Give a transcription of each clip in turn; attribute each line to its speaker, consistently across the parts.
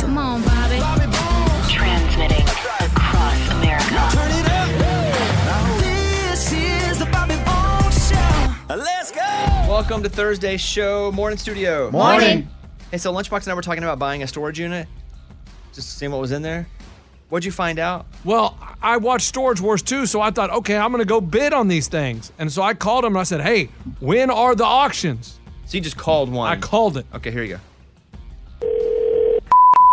Speaker 1: Come on, Bobby.
Speaker 2: Transmitting across America.
Speaker 1: Turn it up. This is the Bobby Bones Show. Let's go.
Speaker 3: Welcome to Thursday's show, Morning Studio.
Speaker 1: Morning.
Speaker 3: Hey, so Lunchbox and I were talking about buying a storage unit, just seeing what was in there. What'd you find out?
Speaker 4: Well, I watched Storage Wars too, so I thought, okay, I'm going to go bid on these things. And so I called him and I said, hey, when are the auctions?
Speaker 3: So you just called one.
Speaker 4: I called it.
Speaker 3: Okay, here you go.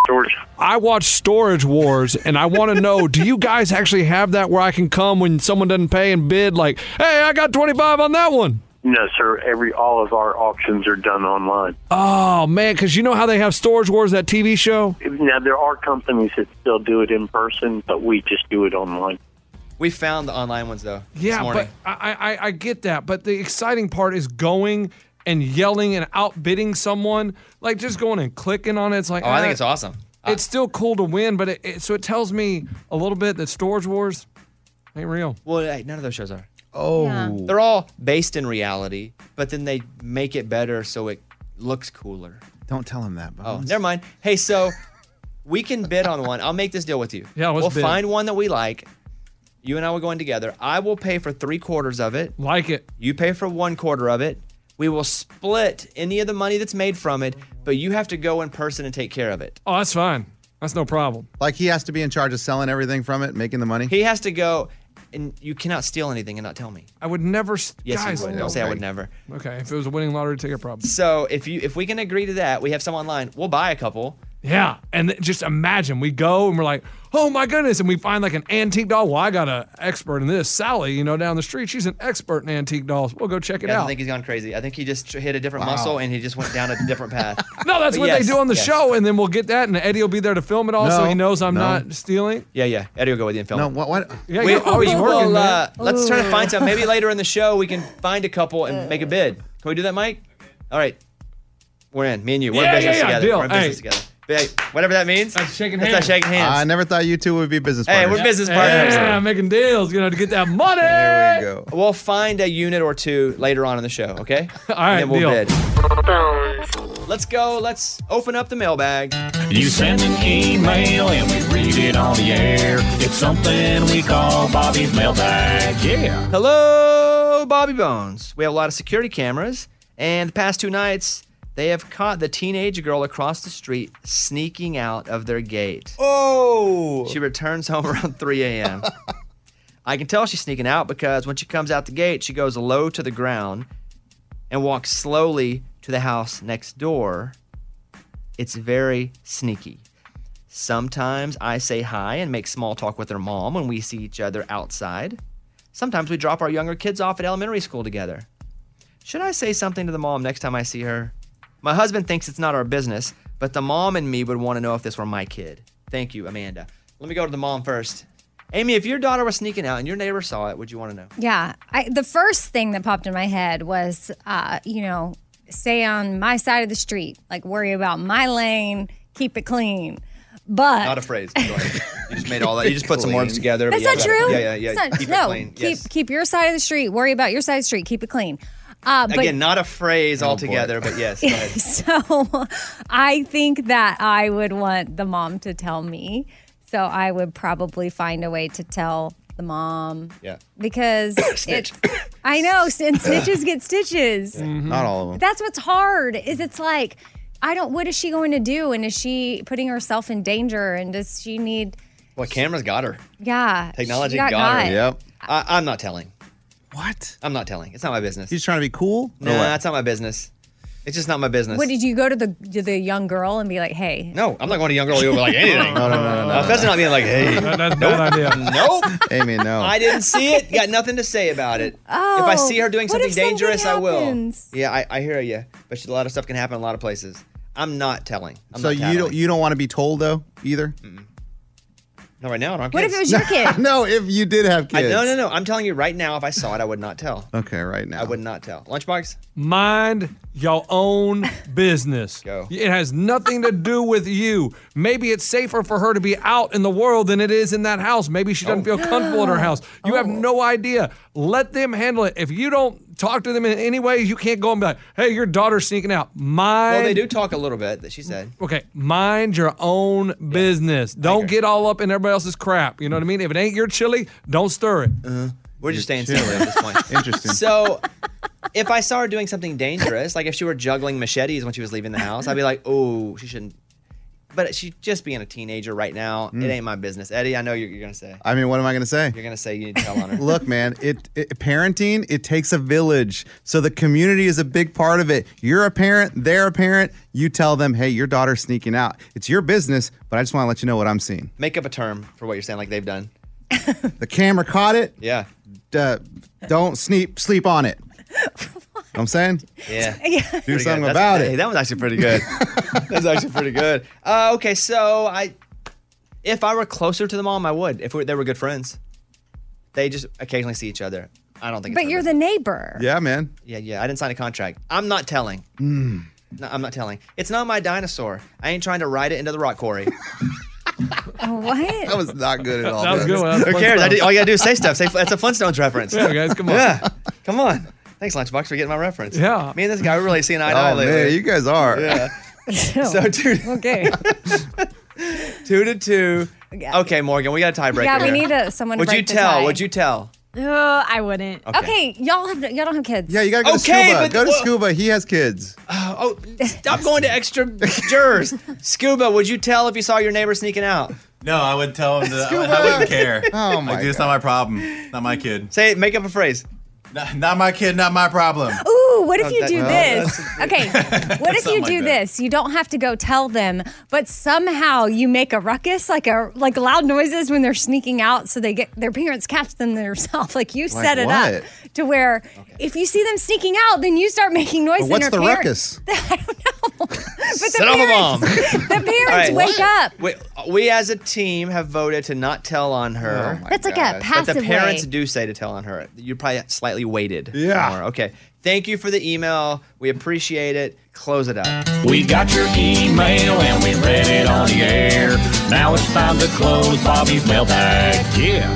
Speaker 5: George.
Speaker 4: I watched Storage Wars and I want to know do you guys actually have that where I can come when someone doesn't pay and bid, like, hey, I got 25 on that one?
Speaker 5: No, sir. Every all of our auctions are done online.
Speaker 4: Oh, man, because you know how they have Storage Wars, that TV show?
Speaker 5: Now there are companies that still do it in person, but we just do it online.
Speaker 3: We found the online ones though.
Speaker 4: Yeah,
Speaker 3: this morning.
Speaker 4: but I, I I get that. But the exciting part is going and yelling and outbidding someone. Like just going and clicking on it. It's like
Speaker 3: oh, I
Speaker 4: ah,
Speaker 3: think it's awesome.
Speaker 4: It's still cool to win, but it, it so it tells me a little bit that Storage Wars ain't real.
Speaker 3: Well, hey, none of those shows are.
Speaker 6: Oh,
Speaker 3: They're all based in reality, but then they make it better so it looks cooler.
Speaker 7: Don't tell him that,
Speaker 3: Oh,
Speaker 7: Bones.
Speaker 3: never mind. Hey, so we can bid on one. I'll make this deal with you.
Speaker 4: Yeah, let's
Speaker 3: we'll
Speaker 4: bid.
Speaker 3: find one that we like. You and I will go in together. I will pay for three quarters of it.
Speaker 4: Like it.
Speaker 3: You pay for one quarter of it. We will split any of the money that's made from it, but you have to go in person and take care of it.
Speaker 4: Oh, that's fine. That's no problem.
Speaker 7: Like he has to be in charge of selling everything from it, making the money.
Speaker 3: He has to go, and you cannot steal anything and not tell me.
Speaker 4: I would never. s-
Speaker 3: Yes, you
Speaker 4: guys,
Speaker 3: would. Don't say I would never.
Speaker 4: Okay, if it was a winning lottery ticket, problem.
Speaker 3: So if you if we can agree to that, we have some online. We'll buy a couple.
Speaker 4: Yeah, and th- just imagine we go and we're like, oh my goodness, and we find like an antique doll. Well, I got an expert in this, Sally. You know, down the street, she's an expert in antique dolls. We'll go check it
Speaker 3: I
Speaker 4: out.
Speaker 3: don't think he's gone crazy. I think he just hit a different
Speaker 4: Wow.
Speaker 3: muscle and he just went down a different path.
Speaker 4: No, that's
Speaker 3: But
Speaker 4: what
Speaker 3: yes,
Speaker 4: they do on the
Speaker 3: yes.
Speaker 4: show, and then we'll get that, and Eddie will be there to film it all, so
Speaker 3: No,
Speaker 4: he knows I'm
Speaker 3: no.
Speaker 4: not stealing.
Speaker 3: Yeah, yeah. Eddie will go with you and film.
Speaker 4: No,
Speaker 3: it.
Speaker 7: what? What?
Speaker 4: Yeah,
Speaker 3: we,
Speaker 4: you're always
Speaker 3: we
Speaker 4: working,
Speaker 3: oh, will, uh,
Speaker 4: man.
Speaker 3: let's try to find some. Maybe
Speaker 4: Ooh.
Speaker 3: later in the show we can find a couple and make a bid. Can we do that, Mike? All right, we're in. Me and you. We're
Speaker 4: Yeah,
Speaker 3: in business
Speaker 4: yeah, yeah,
Speaker 3: together.
Speaker 4: deal.
Speaker 3: We're in business
Speaker 4: Hey.
Speaker 3: together. But, hey, whatever that means. That's
Speaker 4: shaking
Speaker 3: That's not shaking hands.
Speaker 7: I never thought you two would be business
Speaker 3: Hey,
Speaker 7: partners.
Speaker 3: we're business partners.
Speaker 4: Yeah, making deals, you know, to get that money.
Speaker 3: There we go. We'll find a unit or two later on in the show. Okay. All And
Speaker 4: right,
Speaker 3: then we'll
Speaker 4: deal.
Speaker 3: bid. Let's go. Let's open up the mailbag.
Speaker 8: You send an email and we read it on the air. It's something we call Bobby's Mailbag. Yeah.
Speaker 3: Hello, Bobby Bones. We have a lot of security cameras, and the past two nights, they have caught the teenage girl across the street sneaking out of their gate.
Speaker 9: Oh!
Speaker 3: She returns home around 3 a.m. I can tell she's sneaking out because when she comes out the gate, she goes low to the ground and walks slowly to the house next door. It's very sneaky. Sometimes I say hi and make small talk with their mom when we see each other outside. Sometimes we drop our younger kids off at elementary school together. Should I say something to the mom next time I see her? My husband thinks it's not our business, but the mom and me would want to know if this were my kid. Thank you, Amanda. Let me go to the mom first. Amy, if your daughter was sneaking out and your neighbor saw it, would you want to know?
Speaker 1: Yeah. I, the first thing that popped in my head was, uh, you know, stay on my side of the street, like worry about my lane, keep it clean. But
Speaker 3: not a phrase. Go ahead. You just made all that. You just put some words together. but
Speaker 1: that's not
Speaker 3: yeah.
Speaker 1: true.
Speaker 3: Yeah, yeah, yeah.
Speaker 1: That's not-
Speaker 3: Keep it
Speaker 1: no,
Speaker 3: clean.
Speaker 1: keep
Speaker 3: Yes.
Speaker 1: keep your side of the street. Worry about your side of the street. Keep it clean. Uh, but
Speaker 3: Again, not a phrase altogether, but yes. Go ahead.
Speaker 1: so I think that I would want the mom to tell me. So I would probably find a way to tell the mom
Speaker 3: Yeah.
Speaker 1: because it, I know and snitches get stitches.
Speaker 3: Mm-hmm.
Speaker 7: Not all of them.
Speaker 1: That's what's hard is it's like I don't what is she going to do and is she putting herself in danger and does she need
Speaker 3: Well, cameras got her.
Speaker 1: yeah
Speaker 3: Technology
Speaker 1: she
Speaker 3: got,
Speaker 1: got
Speaker 3: her.
Speaker 1: got.
Speaker 3: I, I'm not telling.
Speaker 7: What?
Speaker 3: I'm not telling. It's not my business.
Speaker 7: He's trying to be cool.
Speaker 3: No,
Speaker 7: Or what?
Speaker 3: that's not my business. It's just not my business.
Speaker 1: What did you go to the to the young girl and be like, "Hey,
Speaker 3: No, I'm not going to young girl over like anything. no, no, no, no. Especially not being like, hey,
Speaker 4: that's a bad idea.
Speaker 3: Nope.
Speaker 7: Amy, no.
Speaker 3: I didn't see it. Got nothing to say about it. if I
Speaker 1: Oh,
Speaker 3: see her doing
Speaker 1: what
Speaker 3: something
Speaker 1: if something
Speaker 3: dangerous, I will.
Speaker 1: happens?
Speaker 3: Yeah, I, I hear you. But she- a lot of stuff can happen in a lot of places. I'm not telling. I'm
Speaker 7: so
Speaker 3: not
Speaker 7: you
Speaker 3: telling.
Speaker 7: don't you don't want to be told though either.
Speaker 3: No, right now I don't. have
Speaker 7: Mm. What if
Speaker 3: kids.
Speaker 7: it was your kid? no, if you did have
Speaker 3: I,
Speaker 7: kids.
Speaker 3: no, no, no. I'm telling you right now. If I saw it, I would not tell.
Speaker 7: Okay, right now.
Speaker 3: I would not tell. Lunchbox.
Speaker 4: Mind your own business. It has nothing to do with you. Maybe it's safer for her to be out in the world than it is in that house. Maybe she doesn't
Speaker 3: Oh.
Speaker 4: feel comfortable in her house. You have no idea. Let them handle it. If you don't talk to them in any way, you can't go and be like, hey, your daughter's sneaking out. Mind.
Speaker 3: Well, they do talk a little bit. That she said.
Speaker 4: Okay, mind your own business. Don't get all up in everybody else's crap. You know what I mean? If it ain't your chili, don't stir it.
Speaker 3: Uh-huh. We're just staying silly at this point.
Speaker 7: Interesting.
Speaker 3: So, if I saw her doing something dangerous, like if she were juggling machetes when she was leaving the house, I'd be like, "Oh, she shouldn't." But she's just being a teenager right now.
Speaker 7: Mm.
Speaker 3: It ain't my business, Eddie. I know you're, you're gonna say.
Speaker 7: I mean, what am I going to say?
Speaker 3: You're gonna say you need to tell on her.
Speaker 7: Look, man, it, it parenting it takes a village. So the community is a big part of it. You're a parent, they're a parent. You tell them, hey, your daughter's sneaking out. It's your business, but I just want to let you know what I'm seeing.
Speaker 3: Make up a term for what you're saying, like they've done.
Speaker 7: The camera caught it.
Speaker 3: Yeah.
Speaker 7: Uh, don't sleep sleep on it. Know what I'm saying.
Speaker 3: Yeah.
Speaker 7: Do
Speaker 3: Pretty
Speaker 7: something
Speaker 3: good. That's-
Speaker 7: about it.
Speaker 3: Hey, that was actually pretty good. That's actually pretty good. Uh, okay, so I, if I were closer to the mom, I would. If we, they were good friends, they just occasionally see each other. I don't think.
Speaker 1: But
Speaker 3: it's
Speaker 1: you're the neighbor.
Speaker 7: Yeah, man.
Speaker 3: Yeah, yeah. I didn't sign a contract. I'm not telling.
Speaker 7: Mm.
Speaker 3: No, I'm not telling. It's not my dinosaur. I ain't trying to ride it into the rock quarry.
Speaker 1: What?
Speaker 7: That was not good at all.
Speaker 3: That was
Speaker 7: man.
Speaker 3: good one. That was Who cares? I did- all you gotta do is say stuff. Say that's a Flintstones reference.
Speaker 4: Yeah, guys, come on.
Speaker 3: Yeah, come on. Thanks, Lunchbox, for getting my reference.
Speaker 4: Yeah.
Speaker 3: Me and this guy, we're really seeing eye to
Speaker 7: Oh,
Speaker 3: eye lately.
Speaker 7: man, you guys are.
Speaker 3: Yeah. so two.
Speaker 1: Oh, Okay.
Speaker 3: two to two.
Speaker 10: Yeah.
Speaker 3: Okay, Morgan, we got a tiebreaker.
Speaker 1: Yeah, we
Speaker 3: here.
Speaker 1: need a- someone to
Speaker 3: Would you
Speaker 1: break the
Speaker 3: tell?
Speaker 1: tie.
Speaker 3: Would you tell?
Speaker 10: Oh, I wouldn't.
Speaker 3: Okay.
Speaker 1: Okay, y'all have y'all don't have kids.
Speaker 7: Yeah, you gotta go
Speaker 3: Okay,
Speaker 7: to scuba.
Speaker 3: but-
Speaker 7: Go to
Speaker 3: well-
Speaker 7: scuba. He has kids.
Speaker 3: Oh, stop going to extra jurors. Scuba, would you tell if you saw your neighbor sneaking out?
Speaker 11: No, I would tell him that I, would,
Speaker 3: Scuba.
Speaker 11: not care.
Speaker 3: Oh, my
Speaker 11: Like, dude, It's not my problem. It's Not my kid.
Speaker 3: Say, make up a phrase.
Speaker 11: Not, not my kid. Not my problem.
Speaker 1: Ooh, what if you
Speaker 11: that-
Speaker 1: do
Speaker 11: well,
Speaker 1: this? Okay, what if
Speaker 11: Something
Speaker 1: you
Speaker 11: like
Speaker 1: do
Speaker 11: that.
Speaker 1: this? You don't have to go tell them, but somehow you make a ruckus, like a like loud noises when they're sneaking out, so they get their parents catch them themselves. Like you
Speaker 7: Like
Speaker 1: set it
Speaker 7: what?
Speaker 1: up to where if you see them sneaking out, then you start making noise.
Speaker 7: But what's
Speaker 1: and their
Speaker 7: the
Speaker 1: parent-
Speaker 7: ruckus?
Speaker 1: But the
Speaker 3: Set off a bomb.
Speaker 1: parents, the parents
Speaker 3: All right.
Speaker 1: wake up.
Speaker 3: We, we as a team have voted to not tell on her. Oh
Speaker 1: my That's like a gosh.
Speaker 3: But the
Speaker 1: passive
Speaker 3: parents
Speaker 1: way.
Speaker 3: do say to tell on her. You're probably slightly weighted.
Speaker 8: Yeah.
Speaker 3: more. Okay. Thank you for the email. We appreciate it. Close it up.
Speaker 8: We got your email and we read it on the air. Now it's time to close Bobby's mailbag. Yeah.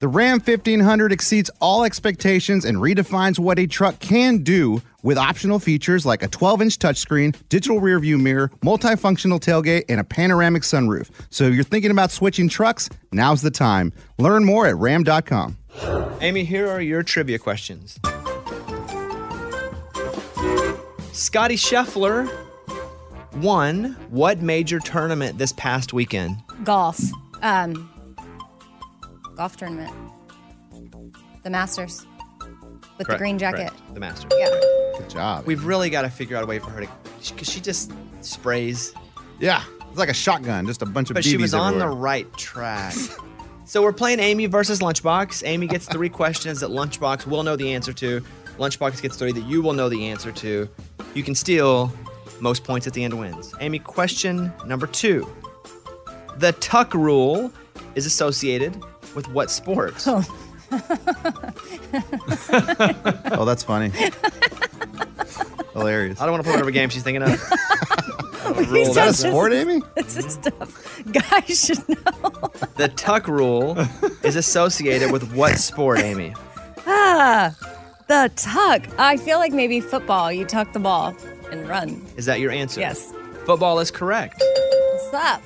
Speaker 7: The Ram 1500 exceeds all expectations and redefines what a truck can do with optional features like a 12 inch touchscreen, digital rearview mirror, multifunctional tailgate, and a panoramic sunroof. So if you're thinking about switching trucks, now's the time. Learn more at ram.com.
Speaker 3: Amy, here are your trivia questions. Scotty Scheffler won what major tournament this past weekend?
Speaker 1: Golf. Um, golf tournament. The Masters. With the
Speaker 3: Correct,
Speaker 1: green jacket.
Speaker 3: correct. The Masters.
Speaker 1: Yeah.
Speaker 7: Good job.
Speaker 3: We've really got to figure out a way for her to She, 'cause she just sprays.
Speaker 7: Yeah, it's like a shotgun, just a bunch of
Speaker 3: But she
Speaker 7: BBs
Speaker 3: was on
Speaker 7: everywhere.
Speaker 3: the right track. so we're playing Amy versus Lunchbox. Amy gets three questions that Lunchbox will know the answer to. Lunchbox gets three that you will know the answer to. You can steal most points at the end wins. Amy, question number two. The tuck rule is associated with what sport?
Speaker 7: oh, that's funny. Hilarious.
Speaker 3: I don't want to play whatever game she's thinking of.
Speaker 7: Is that a sport, Amy?
Speaker 1: This is stuff guys should know.
Speaker 3: The tuck rule is associated with what sport, Amy?
Speaker 1: Ah, the tuck. I feel like maybe football. You tuck the ball and run.
Speaker 3: Is that your answer?
Speaker 1: Yes.
Speaker 3: Football is correct.
Speaker 1: What's up?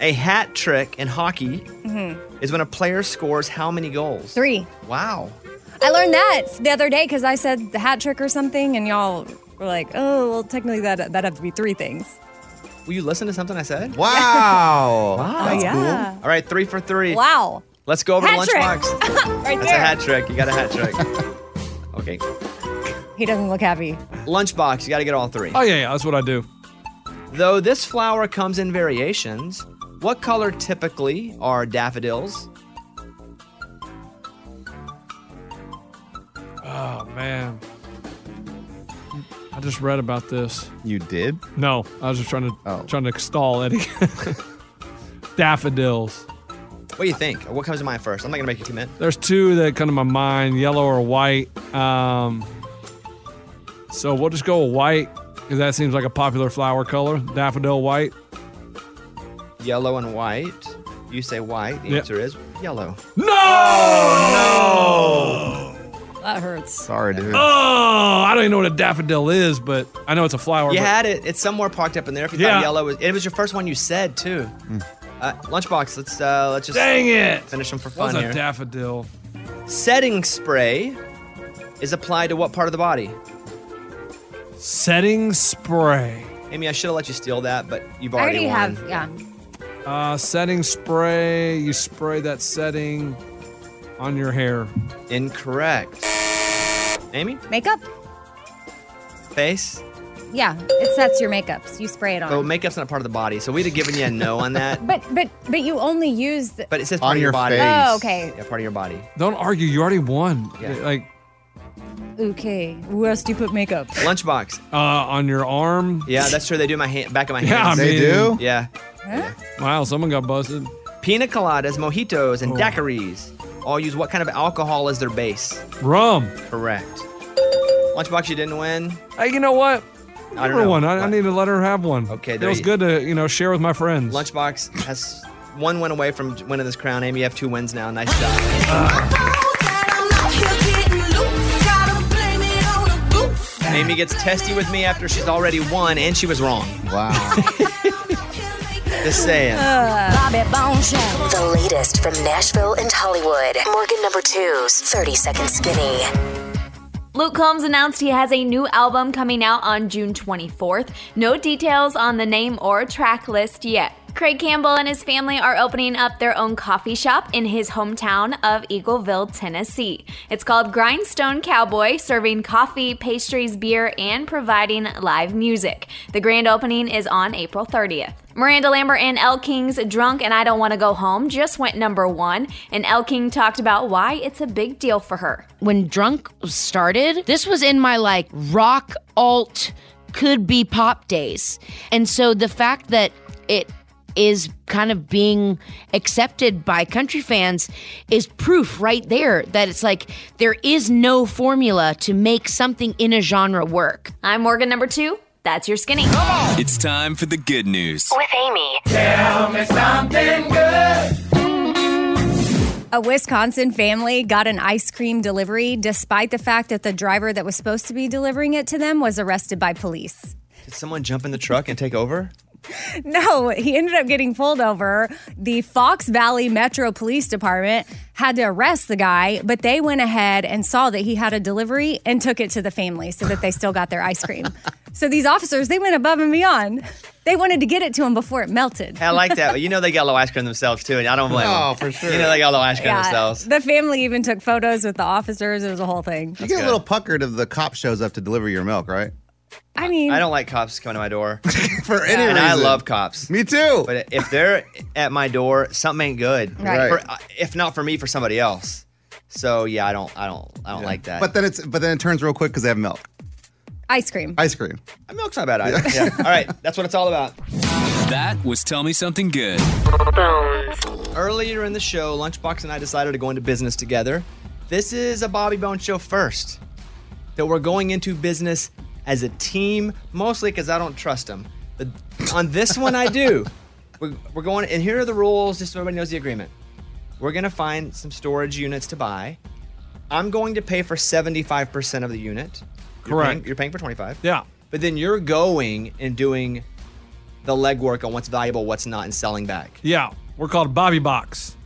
Speaker 3: A hat trick in hockey
Speaker 1: hmm
Speaker 3: is when a player scores how many goals?
Speaker 1: Three.
Speaker 3: Wow.
Speaker 1: I learned that the other day because I said the hat trick or something, and y'all were like, "Oh, well, technically that that have to be three things."
Speaker 3: Will you listen to something I said?
Speaker 7: Wow.
Speaker 1: Oh,
Speaker 3: wow.
Speaker 1: yeah.
Speaker 3: All right, three for three.
Speaker 1: Wow.
Speaker 3: Let's go over
Speaker 1: Hat
Speaker 3: to
Speaker 1: trick.
Speaker 3: Lunchbox.
Speaker 1: right
Speaker 3: That's a
Speaker 1: there.
Speaker 3: hat trick. You got a hat trick. okay.
Speaker 1: He doesn't look happy.
Speaker 3: Lunchbox, you got to get all three.
Speaker 4: Oh, yeah, yeah, that's what I do.
Speaker 3: Though this flower comes in variations, what color typically are daffodils?
Speaker 4: Oh, man. I just read about this.
Speaker 7: You did?
Speaker 4: No, I was just trying to
Speaker 3: Oh.
Speaker 4: trying to stall Eddie. Daffodils.
Speaker 3: What do you think? What comes to mind first? I'm not going to make you commit.
Speaker 4: There's two that come to my mind, yellow or white. Um, so we'll just go with white because that seems like a popular flower color. Daffodil white.
Speaker 3: Yellow and white. You say white. The
Speaker 4: Yeah.
Speaker 3: answer is yellow.
Speaker 4: No!
Speaker 1: That hurts.
Speaker 7: Sorry, dude.
Speaker 4: Oh, I don't even know what a daffodil is, but I know it's a flower.
Speaker 3: You
Speaker 4: but-
Speaker 3: had it. It's somewhere parked up in there. If you
Speaker 4: Yeah. Hmm.
Speaker 3: thought yellow was, it was your first one you said too. Uh, lunchbox. Let's uh, let's just
Speaker 4: Dang it!
Speaker 3: Finish them for
Speaker 4: What's
Speaker 3: fun
Speaker 4: a
Speaker 3: here.
Speaker 4: daffodil?
Speaker 3: Setting spray is applied to what part of the body?
Speaker 4: Setting spray.
Speaker 3: Amy, I should have let you steal that, but you've
Speaker 1: I
Speaker 3: already,
Speaker 1: already
Speaker 3: won.
Speaker 1: have. Yeah.
Speaker 4: Uh, setting spray. You spray that setting on your hair.
Speaker 3: Incorrect. Amy,
Speaker 1: Makeup.
Speaker 3: face.
Speaker 1: Yeah, it sets your makeups. You spray it on.
Speaker 3: So makeup's not a part of the body, so we'd have given you a no on that.
Speaker 1: But but but you only use the.
Speaker 3: But it says part of your body.
Speaker 1: Oh, okay.
Speaker 3: Yeah, part of your body.
Speaker 4: Don't argue. You already won. Like
Speaker 1: Okay. Where else do you put makeup?
Speaker 3: Lunchbox.
Speaker 4: Uh, on your arm.
Speaker 3: Yeah, that's true. They do my hand, back of my hands.
Speaker 4: Yeah, I They mean- do?
Speaker 3: Yeah.
Speaker 4: Wow, someone got busted. Oh.
Speaker 3: Pina coladas, mojitos, and daiquiris all use what kind of alcohol as their base?
Speaker 4: Rum.
Speaker 3: Correct. Lunchbox, you didn't win.
Speaker 4: Hey, Uh, you know
Speaker 3: I
Speaker 4: what? Give
Speaker 3: don't
Speaker 4: her
Speaker 3: know.
Speaker 4: one. I, I need to let her have one.
Speaker 3: Okay, there
Speaker 4: Feels
Speaker 3: you-
Speaker 4: good to you know share with my friends.
Speaker 3: Lunchbox has one win away from winning this crown. Amy, you have two wins now. Nice job. Amy gets testy with me after she's already won and she was wrong.
Speaker 7: Wow.
Speaker 3: Just saying.
Speaker 12: Bobby Boneshow. The latest from Nashville and Hollywood. Morgan number two's 30 Second Skinny.
Speaker 13: Luke Combs announced he has a new album coming out on June 24th. No details on the name or track list yet. Craig Campbell and his family are opening up their own coffee shop in his hometown of Eagleville, Tennessee. It's called Grindstone Cowboy, serving coffee, pastries, beer, and providing live music. The grand opening is on April 30th. Miranda Lambert and El King's Drunk and I Don't Want to Go Home just went number one, and El King talked about why it's a big deal for her.
Speaker 14: when drunk started this was in my like rock alt could be pop days and so the fact that it is kind of being accepted by country fans is proof right there that it's like there is no formula to make something in a genre work
Speaker 13: i'm morgan number two that's your skinny
Speaker 8: It's time for the good news.
Speaker 12: With Amy.
Speaker 8: Tell me something good.
Speaker 1: A Wisconsin family got an ice cream delivery despite the fact that the driver that was supposed to be delivering it to them was arrested by police.
Speaker 3: Did someone jump in the truck and take over?
Speaker 1: No, he ended up getting pulled over. The Fox Valley Metro Police Department had to arrest the guy, but they went ahead and saw that he had a delivery and took it to the family so that they still got their ice cream. so these officers, they went above and beyond. They wanted to get it to him before it melted.
Speaker 3: Hey, I like that. but You know they got a little ice cream themselves too, and I don't blame
Speaker 7: Oh,
Speaker 3: them.
Speaker 7: for sure.
Speaker 3: You know they got a little ice cream themselves.
Speaker 1: The family even took photos with the officers. It was a whole thing.
Speaker 7: You get a little puckered if the cop shows up to deliver your milk, right?
Speaker 1: I mean,
Speaker 3: I don't like cops coming to my door
Speaker 7: for any
Speaker 3: And I
Speaker 7: reason.
Speaker 3: love cops.
Speaker 7: Me too.
Speaker 3: But if they're at my door, something ain't good.
Speaker 7: Right.
Speaker 3: For, uh, if not for me, for somebody else. So yeah, I don't, I don't, I don't like that.
Speaker 7: But then it's but then it turns real quick because they have milk,
Speaker 1: ice cream.
Speaker 7: ice cream.
Speaker 3: milk's not bad either. yeah. All right, that's what it's all about.
Speaker 8: That was Tell Me Something Good.
Speaker 3: Earlier in the show, Lunchbox and I decided to go into business together. This is a Bobby Bone show first. That we're going into business as a team, mostly because I don't trust him. But on this one, I do. We're, we're going, and here are the rules, just so everybody knows the agreement. We're going to find some storage units to buy. I'm going to pay for 75% of the unit. You're paying-
Speaker 4: Correct.
Speaker 3: you're paying for 25.
Speaker 4: Yeah.
Speaker 3: But then you're going and doing the legwork on what's valuable, what's not, and selling back.
Speaker 4: Yeah. We're called Bobby Box.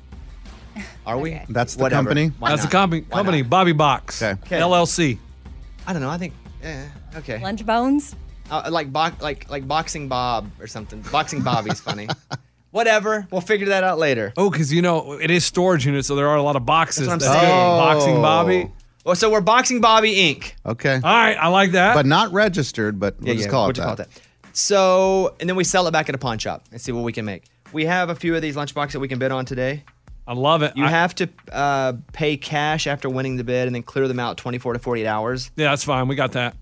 Speaker 3: Are we?
Speaker 7: That's
Speaker 3: the Whatever. company? Why
Speaker 4: That's
Speaker 3: not?
Speaker 4: the company.
Speaker 3: Why
Speaker 4: Company Bobby Box.
Speaker 3: Okay.
Speaker 4: LLC.
Speaker 3: I don't know. I think. Yeah. Okay.
Speaker 1: Lunch bones.
Speaker 3: Uh, like bo- like like boxing Bob or something. Boxing Bobby's funny. Whatever. We'll figure that out later.
Speaker 4: Oh, because you know it is storage unit, so there are a lot of boxes.
Speaker 3: That's what I'm
Speaker 4: that say
Speaker 3: saying.
Speaker 4: Boxing Bobby.
Speaker 3: Well, so we're Boxing Bobby Inc.
Speaker 7: Okay. All
Speaker 4: right, I like that.
Speaker 7: But not registered. But we'll
Speaker 3: Yeah,
Speaker 7: just
Speaker 3: yeah,
Speaker 7: call,
Speaker 3: we'll
Speaker 7: it
Speaker 3: just call it
Speaker 7: that.
Speaker 3: So, and then we sell it back at a pawn shop and see what we can make. We have a few of these lunchbox that we can bid on today.
Speaker 4: I love it.
Speaker 3: You
Speaker 4: I-
Speaker 3: have to uh, pay cash after winning the bid and then clear them out 24 to 48 hours.
Speaker 4: Yeah, that's fine. We got that.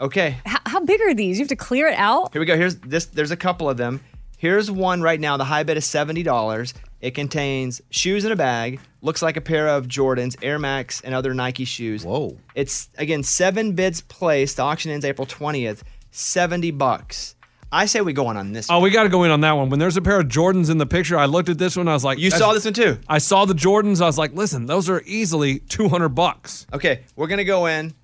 Speaker 3: Okay.
Speaker 1: How, how big are these? You have to clear it out.
Speaker 3: Here we go. Here's this. There's a couple of them. Here's one right now. The high bid is seventy dollars. It contains shoes in a bag. Looks like a pair of Jordans, Air Max, and other Nike shoes. Whoa! It's again seven bids placed. The auction ends April twentieth. Seventy bucks. I say we go in on this.
Speaker 4: Oh, we got to go in on that one. When there's a pair of Jordans in the picture, I looked at this one. I was like,
Speaker 3: You saw this one too.
Speaker 4: I saw the Jordans. I was like, listen, those are easily 200 bucks.
Speaker 3: Okay, we're gonna go in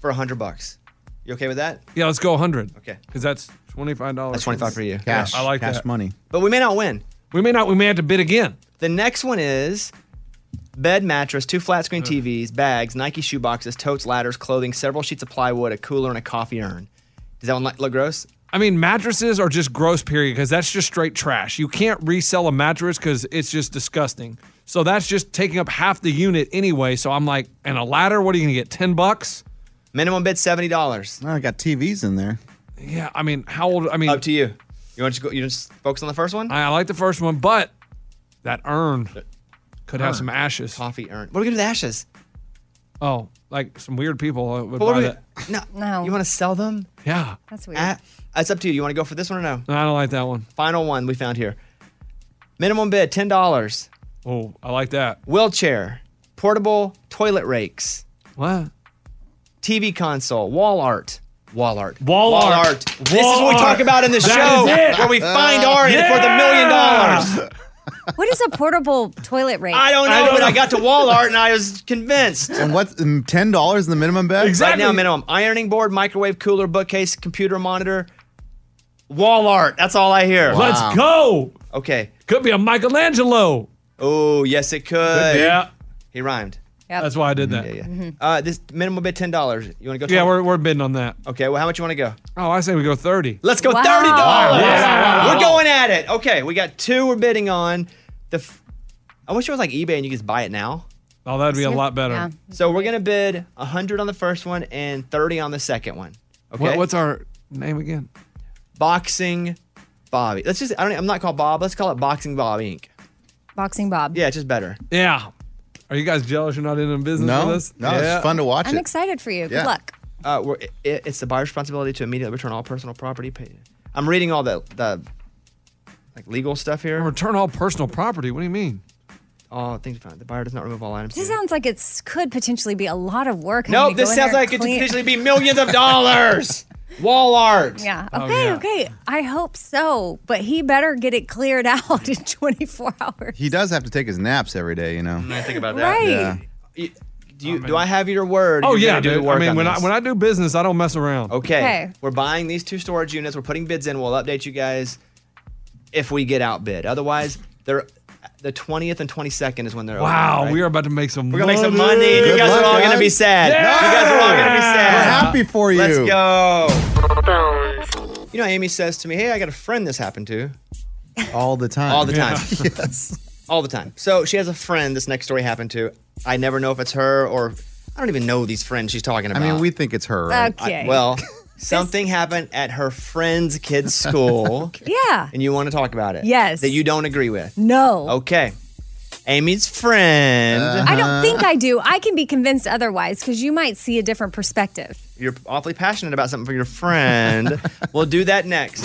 Speaker 3: for hundred bucks. You okay with that?
Speaker 4: Yeah, let's go 100.
Speaker 3: Okay.
Speaker 4: Because that's $25.
Speaker 3: That's 25 for you.
Speaker 4: Yeah,
Speaker 3: Cash.
Speaker 4: I like
Speaker 3: Cash
Speaker 4: that.
Speaker 7: money.
Speaker 3: But we may not win.
Speaker 4: We may not. We may have to bid again.
Speaker 3: The next one is bed mattress, two flat screen TVs, bags, Nike shoe boxes, totes, ladders, clothing, several sheets of plywood, a cooler, and a coffee urn. Does that one look look gross?
Speaker 4: I mean, mattresses are just gross, period, because that's just straight trash. You can't resell a mattress because it's just disgusting. So that's just taking up half the unit anyway. So I'm like, and a ladder, what are you going to get? 10 bucks?
Speaker 3: Minimum bid $70.
Speaker 7: I got TVs in there.
Speaker 4: Yeah, I mean, how old? I mean, up
Speaker 3: to you. You want to go, you just focus on the first one?
Speaker 4: I, I like the first one, but that urn could have
Speaker 3: Urn.
Speaker 4: some ashes.
Speaker 3: Coffee urn. What are we gonna do with the ashes?
Speaker 4: Oh, like some weird people uh, would
Speaker 3: But what
Speaker 4: buy
Speaker 3: do we-
Speaker 4: that.
Speaker 3: No. No. You want to sell them?
Speaker 4: Yeah.
Speaker 1: That's
Speaker 3: weird. it's up to you. You want to go for this one or no?
Speaker 4: No, I don't like that one.
Speaker 3: Final one we found here. Minimum bid $10.
Speaker 4: Oh, I like that.
Speaker 3: Wheelchair, portable toilet rakes.
Speaker 4: What?
Speaker 3: TV console, wall art. Wall art.
Speaker 4: Wall art.
Speaker 3: This is
Speaker 4: Wall
Speaker 3: what we talk
Speaker 4: art.
Speaker 3: about in the
Speaker 4: That
Speaker 3: show
Speaker 4: is it.
Speaker 3: where we find
Speaker 4: Uh,
Speaker 3: art for the million dollars.
Speaker 1: What is a portable toilet rake?
Speaker 3: I don't know, but I got to wall art and I was convinced.
Speaker 7: And what's mm, ten dollars in the minimum bet?
Speaker 3: Right now, minimum ironing board, microwave cooler, bookcase, computer monitor, wall art. That's all I hear.
Speaker 4: Let's go.
Speaker 3: Okay.
Speaker 4: Could be a Michelangelo.
Speaker 3: Oh, yes, it could.
Speaker 4: be. Yeah.
Speaker 3: He rhymed.
Speaker 4: That's why I did that.
Speaker 3: Yeah, Uh, this minimum bid ten dollars. You want to go?
Speaker 4: Yeah,
Speaker 3: 20?
Speaker 4: we're, we're bidding on that.
Speaker 3: Okay. Well, how much you want to go?
Speaker 4: Oh, I say we go 30.
Speaker 3: Let's go
Speaker 4: Wow.
Speaker 3: thirty dollars.
Speaker 4: Yeah.
Speaker 3: We're going at it. Okay, we got two. We're bidding on the. F- I wish it was like eBay and you could just buy it now.
Speaker 4: Oh, that'd be a lot better. Yeah.
Speaker 3: So we're gonna bid hundred on the first one and thirty on the second one. Okay.
Speaker 4: What, what's our name again?
Speaker 3: boxing, Bobby? Let's just. I don't. I'm not called Bob. Let's call it Boxing Bob Inc.
Speaker 1: Boxing Bob.
Speaker 3: Yeah, it's just better.
Speaker 4: Yeah. Are you guys jealous you're not in a business
Speaker 3: No.
Speaker 4: with us?
Speaker 3: No, it's fun to watch
Speaker 1: I'm excited for you. Good
Speaker 3: Yeah.
Speaker 1: luck.
Speaker 3: Uh, we're, it, it's the buyer's responsibility to immediately return all personal property. Pay. I'm reading all the the like legal stuff here.
Speaker 4: Return all personal property. What do you mean?
Speaker 3: All things found. The buyer does not remove all items.
Speaker 1: This sounds like it could potentially be a lot of work. and
Speaker 3: No,
Speaker 1: having to go
Speaker 3: this
Speaker 1: in there
Speaker 3: sounds
Speaker 1: and
Speaker 3: like it could
Speaker 1: clean-
Speaker 3: potentially be millions of dollars. Wall art.
Speaker 1: Yeah.
Speaker 3: Oh,
Speaker 1: Okay.
Speaker 3: yeah.
Speaker 1: Okay. I hope so, but he better get it cleared out in 24 hours.
Speaker 7: He does have to take his naps every day, you know.
Speaker 3: I think
Speaker 1: about that. Right.
Speaker 3: You- Do, you, do I have your word?
Speaker 4: Oh,
Speaker 3: You're
Speaker 4: yeah,
Speaker 3: gonna do the
Speaker 4: dude. I
Speaker 3: work
Speaker 4: mean,
Speaker 3: on
Speaker 4: when I-
Speaker 3: this?
Speaker 4: when I do business, I don't mess around.
Speaker 3: Okay.
Speaker 4: Okay.
Speaker 3: We're buying these two storage units. We're putting bids in. We'll update you guys if we get outbid. Otherwise, they're the 20th and 22nd is when they're
Speaker 4: Wow,
Speaker 3: open, right?
Speaker 4: we are about to make some
Speaker 3: We're
Speaker 4: money.
Speaker 3: gonna make some money. and You guys are all gonna be sad. You guys are all gonna be sad.
Speaker 7: happy for you.
Speaker 3: Let's go. You know, Amy says to me, "Hey, I got a friend this happened to
Speaker 7: All the time.
Speaker 3: All the time.
Speaker 7: yes.
Speaker 3: all the time." So she has a friend this next story happened to. I never know if it's her or I don't even know these friends she's talking
Speaker 7: I
Speaker 3: about.
Speaker 7: mean, we think it's her. Right?
Speaker 1: Okay.
Speaker 3: well, something happened at her friend's kid's school,
Speaker 1: Yeah.
Speaker 3: and you want to talk about it.
Speaker 1: Yes.
Speaker 3: That you don't agree with.
Speaker 1: No.
Speaker 3: Okay. Amy's friend.
Speaker 1: I
Speaker 3: uh-huh.
Speaker 1: don't think I do. I can be convinced otherwise because you might see a different perspective.
Speaker 3: You're awfully passionate about something for your friend. we'll do that next.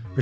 Speaker 15: or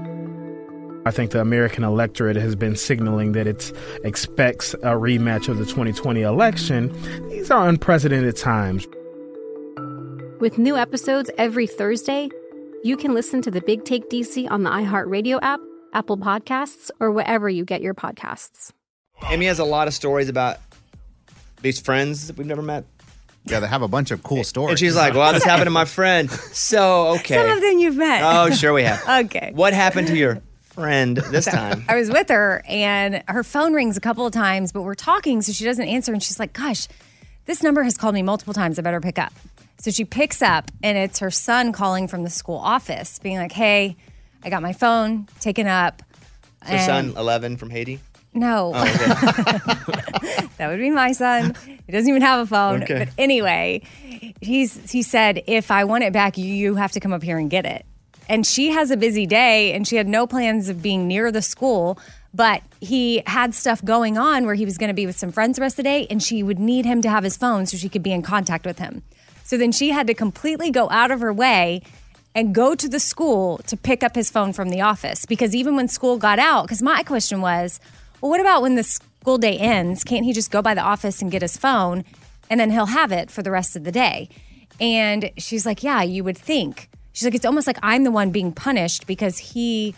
Speaker 11: I think the American electorate has been signaling that it expects a rematch of the 2020 election. These are unprecedented times.
Speaker 16: With new episodes every Thursday, you can listen to the Big Take DC on the iHeartRadio app, Apple Podcasts, or wherever you get your podcasts.
Speaker 3: Amy has a lot of stories about these friends that we've never met.
Speaker 7: Yeah, they have a bunch of cool stories.
Speaker 3: And she's like, well, this happened to my friend. So, okay.
Speaker 1: Some of them you've met.
Speaker 3: Oh, sure we have.
Speaker 1: okay.
Speaker 3: What happened to your friend this time?
Speaker 1: I was with her and her phone rings a couple of times, but we're talking, so she doesn't answer. And she's like, Gosh, this number has called me multiple times. I better pick up. So she picks up, and it's her son calling from the school office, being like, Hey, I got my phone taken up.
Speaker 3: Her son, 11, from Haiti. Oh,
Speaker 1: No. that would be my son. He doesn't even have a phone.
Speaker 3: Okay.
Speaker 1: But anyway, he's he said, if I want it back, you, you have to come up here and get it. And she has a busy day and she had no plans of being near the school, but he had stuff going on where he was going to be with some friends the rest of the day and she would need him to have his phone so she could be in contact with him. So then she had to completely go out of her way and go to the school to pick up his phone from the office because even when school got out because my question was well what about when the school day ends can't he just go by the office and get his phone and then he'll have it for the rest of the day And she's like, Yeah, you would think. She's like, It's almost like I'm the one being punished because he,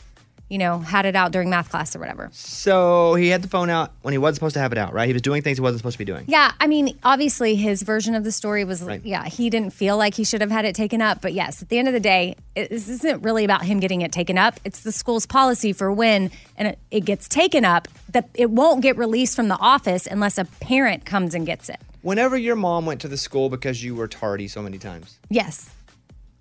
Speaker 1: you know, had it out during math class or whatever.
Speaker 3: So he had the phone out when he wasn't supposed to have it out, right? He was doing things he wasn't supposed to be doing.
Speaker 1: Yeah, I mean, obviously his version of the story was
Speaker 3: Right.
Speaker 1: yeah, he didn't feel like he should have had it taken up. But yes, at the end of the day, it, this isn't really about him getting it taken up. It's the school's policy for when and it, it gets taken up that it won't get released from the office unless a parent comes and gets it.
Speaker 3: Whenever your mom went to the school because you were tardy so many times.
Speaker 1: Yes.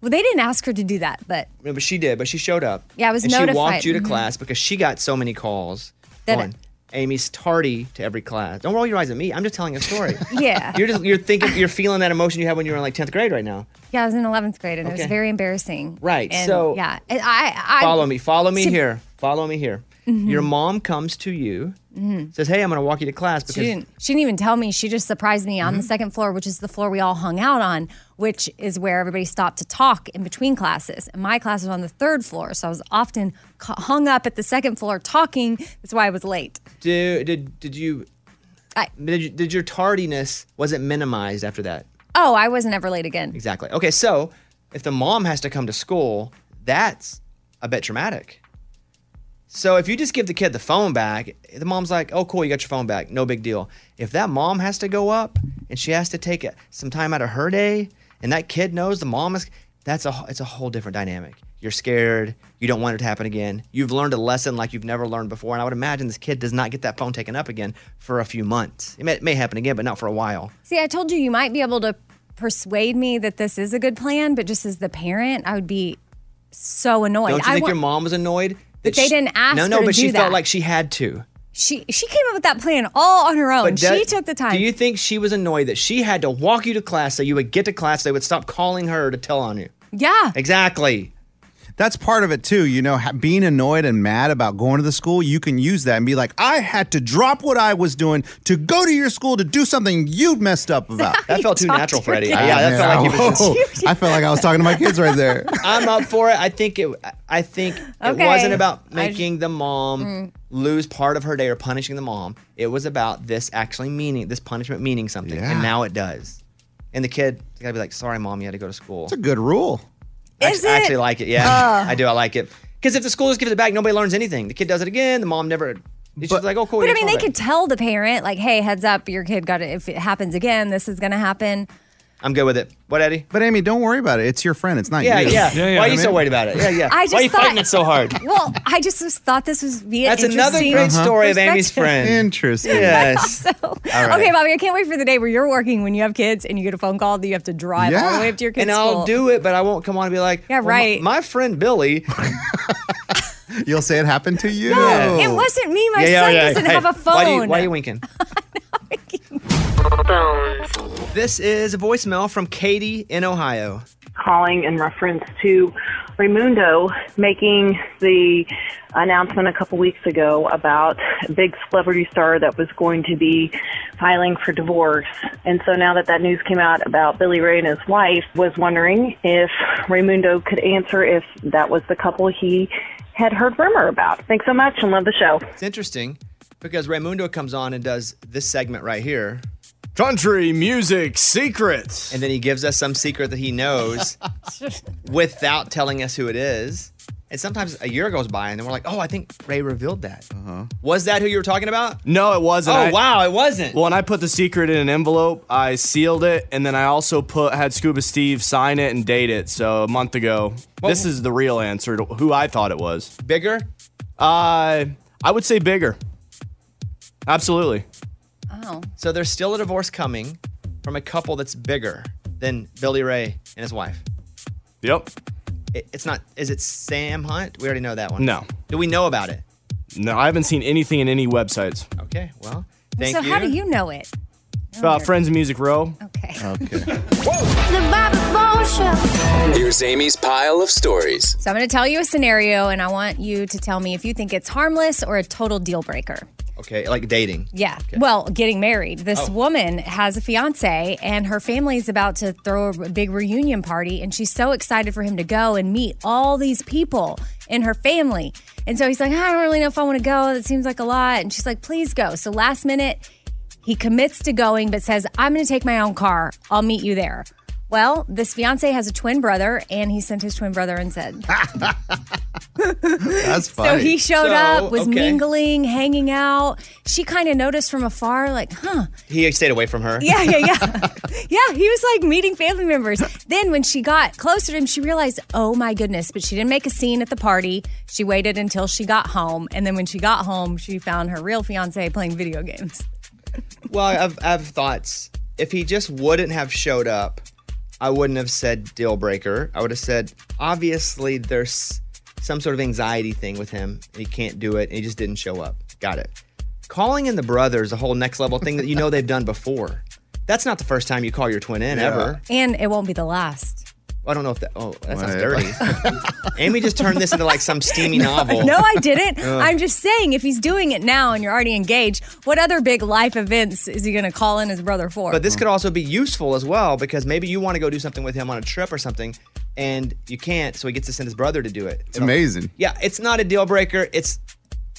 Speaker 1: Well, they didn't ask her to do that, but
Speaker 3: No, but she did, but she showed up.
Speaker 1: Yeah, I was
Speaker 3: and
Speaker 1: notified.
Speaker 3: she walked you to
Speaker 1: Mhm.
Speaker 3: class because she got so many calls.
Speaker 1: That-
Speaker 3: One, Amy's tardy to every class. Don't roll your eyes at me. I'm just telling a story.
Speaker 1: yeah,
Speaker 3: you're just you're thinking you're feeling that emotion you had when you were in like 10th grade right now.
Speaker 1: yeah, I was in eleventh grade and it was
Speaker 3: Okay.
Speaker 1: very embarrassing.
Speaker 3: Right,
Speaker 1: And,
Speaker 3: so-
Speaker 1: yeah, And I, I
Speaker 3: follow me. Follow me
Speaker 1: to-
Speaker 3: here. Follow me here.
Speaker 1: Mhm.
Speaker 3: Your mom comes to you,
Speaker 1: Mhm.
Speaker 3: says, "Hey, I'm going to walk you to class
Speaker 1: She
Speaker 3: because Mm-hmm.
Speaker 1: didn't, she didn't even tell me. She just surprised me on the second floor, which is the floor we all hung out on, which is where everybody stopped to talk in between classes. And my class was on the third floor, so I was often ca- hung up at the second floor talking. That's why I was late.
Speaker 3: did did, did you, did you did your tardiness wasn't minimized after that?
Speaker 1: Oh, I was never late again.
Speaker 3: Exactly. Okay, so if the mom has to come to school, that's a bit traumatic. So if you just give the kid the phone back, the mom's like, "Oh, cool, you got your phone back. No big deal." If that mom has to go up and she has to take it some time out of her day, and that kid knows the mom is, that's a it's a whole different dynamic. You're scared. You don't want it to happen again. You've learned a lesson like you've never learned before, and I would imagine this kid does not get that phone taken up again for a few months. It may, it may happen again, but not for a while.
Speaker 1: See, I told you you might be able to persuade me that this is a good plan, but just as the parent, I would be so annoyed.
Speaker 3: Don't you
Speaker 1: I
Speaker 3: think
Speaker 1: wa-
Speaker 3: your mom was annoyed?
Speaker 1: But they didn't ask
Speaker 3: No, no,
Speaker 1: her to
Speaker 3: but she
Speaker 1: do that.
Speaker 3: felt like she had to.
Speaker 1: she she came up with that plan all on her own.
Speaker 3: But do-
Speaker 1: Oh, she took the time.
Speaker 3: Do you think she was annoyed that she had to walk you to class so you would get to class? They would stop calling her to tell on you.
Speaker 1: yeah.
Speaker 3: Exactly.
Speaker 7: That's part of it too. You know, ha- being annoyed and mad about going to the school, you can use that and be like, I had to drop what I was doing to go to your school to do something you messed up about.
Speaker 3: That felt too natural, Freddie. Yeah,
Speaker 7: man.
Speaker 3: that felt like you was
Speaker 7: Whoa.
Speaker 3: just-
Speaker 7: I felt like I was talking to my kids right there.
Speaker 3: I'm up for it. I think it. I think
Speaker 7: Okay.
Speaker 3: it wasn't about
Speaker 7: I-
Speaker 3: making the mom
Speaker 7: Mm.
Speaker 3: lose part of her day or punishing the mom. It was about this actually meaning this punishment meaning something, and now it does. And the kid gotta be like, "Sorry, mom, you had to go to school." It's a
Speaker 7: good rule.
Speaker 3: I,
Speaker 7: Is
Speaker 3: act- I actually
Speaker 7: it?
Speaker 3: like it. Yeah,
Speaker 7: Ugh.
Speaker 3: I do. I like it because if the school just gives it back, nobody learns anything. The kid does it again. The mom never. It's just like, "Oh, cool."
Speaker 1: But I
Speaker 3: you
Speaker 1: mean,
Speaker 3: told
Speaker 1: they
Speaker 3: her."
Speaker 1: could tell the parent, like, hey, heads up, your kid got it. If it happens again, this is going to happen.
Speaker 3: I'm good with it. What, Eddie?
Speaker 7: But Amy, don't worry about it. It's your friend. It's not
Speaker 3: Yeah,
Speaker 7: you.
Speaker 3: yeah. Yeah, yeah. Why are you so worried about it? Yeah, yeah.
Speaker 1: I just thought-
Speaker 3: so hard?
Speaker 1: Well, I just was- thought this was be an
Speaker 3: That's another
Speaker 1: interesting
Speaker 3: great
Speaker 7: Uh-huh.
Speaker 3: story of Amy's
Speaker 1: perspective.
Speaker 3: friend. Interesting. Yes.
Speaker 1: I thought so.
Speaker 3: All right.
Speaker 1: Okay, Bobby, I can't wait for the day where you're working when you have kids and you get a phone call that you have to drive all the way up to your kids.
Speaker 3: And I'll do it, but I won't come on and be like, yeah,
Speaker 1: right.
Speaker 3: My, friend Billy.
Speaker 7: You'll say it happened to you.
Speaker 1: No, it wasn't me. My son doesn't have a phone.
Speaker 3: Why, do you, why are you winking? this is a voicemail from Katie in Ohio.
Speaker 4: calling in reference to Raimundo making the announcement a couple weeks ago about a big celebrity star that was going to be filing for divorce. And so now that that news came out about Billy Ray and his wife, was wondering if Raimundo could answer if that was the couple he had heard rumor about. Thanks so much and love the show.
Speaker 3: It's interesting because Raimundo comes on and does this segment right here.
Speaker 17: Country music secrets.
Speaker 3: And then he gives us some secret that he knows without telling us who it is. And sometimes a year goes by and then we're like, oh, I think Ray revealed that. Uh-huh. Was that who you were talking about?
Speaker 17: No, it wasn't.
Speaker 3: Oh, wow, it wasn't.
Speaker 17: Well, and I put the secret in an envelope. I sealed it, and then I also put had Scuba Steve sign it and date it. So a month ago, this is the real answer to who I thought it was.
Speaker 3: Bigger?
Speaker 17: Uh, I would say bigger. Absolutely.
Speaker 1: Oh.
Speaker 3: So there's still a divorce coming from a couple that's bigger than Billy Ray and his wife.
Speaker 17: Yep.
Speaker 3: It, it's not, is it Sam Hunt? We already know that one.
Speaker 17: No.
Speaker 3: Do we know about it?
Speaker 17: No, I haven't seen anything in any websites.
Speaker 3: Okay, well, thank
Speaker 1: so
Speaker 3: you.
Speaker 1: how do you know it?
Speaker 17: Uh, Friends of Music Row.
Speaker 1: Okay.
Speaker 17: Okay.
Speaker 8: Here's Amy's pile of stories.
Speaker 1: So I'm going to tell you a scenario, and I want you to tell me if you think it's harmless or a total deal breaker.
Speaker 3: Okay, like dating.
Speaker 1: Yeah. Well, getting married. This
Speaker 3: Oh.
Speaker 1: woman has a fiance, and her family's about to throw a big reunion party, and she's so excited for him to go and meet all these people in her family. And so he's like, I don't really know if I want to go. That seems like a lot. And she's like, please go. So last minute, he commits to going, but says, I'm going to take my own car. I'll meet you there. Well, this fiance has a twin brother, and he sent his twin brother and said,
Speaker 7: That's
Speaker 1: So
Speaker 7: funny.
Speaker 1: he showed
Speaker 3: So,
Speaker 1: up, was
Speaker 3: okay.
Speaker 1: mingling, hanging out. She kind of noticed from afar, like, huh.
Speaker 3: He stayed away from her.
Speaker 1: Yeah, yeah, yeah. yeah, he was like meeting family members. Then when she got closer to him, she realized, oh my goodness, but she didn't make a scene at the party. She waited until she got home. And then when she got home, she found her real fiance playing video games.
Speaker 3: Well, I've, I've thoughts. If he just wouldn't have showed up, I wouldn't have said deal breaker. I would have said, obviously, there's some sort of anxiety thing with him. And he can't do it. And he just didn't show up. Got it. Calling in the brother is a whole next level thing that you know they've done before. That's not the first time you call your twin in
Speaker 1: Yeah.
Speaker 3: ever.
Speaker 1: And it won't be the last.
Speaker 3: I don't know if that. Oh, that sounds
Speaker 1: Wait.
Speaker 3: dirty. Amy just turned this into like some steamy novel.
Speaker 1: No, I didn't.
Speaker 3: Ugh.
Speaker 1: I'm just saying, if he's doing it now and you're already engaged, what other big life events is he going to call in his brother for?
Speaker 3: But this could also be useful as well because maybe you want to go do something with him on a trip or something, and you can't, so he gets to send his brother to do it.
Speaker 7: It's amazing.
Speaker 3: Yeah, it's not a deal breaker. It's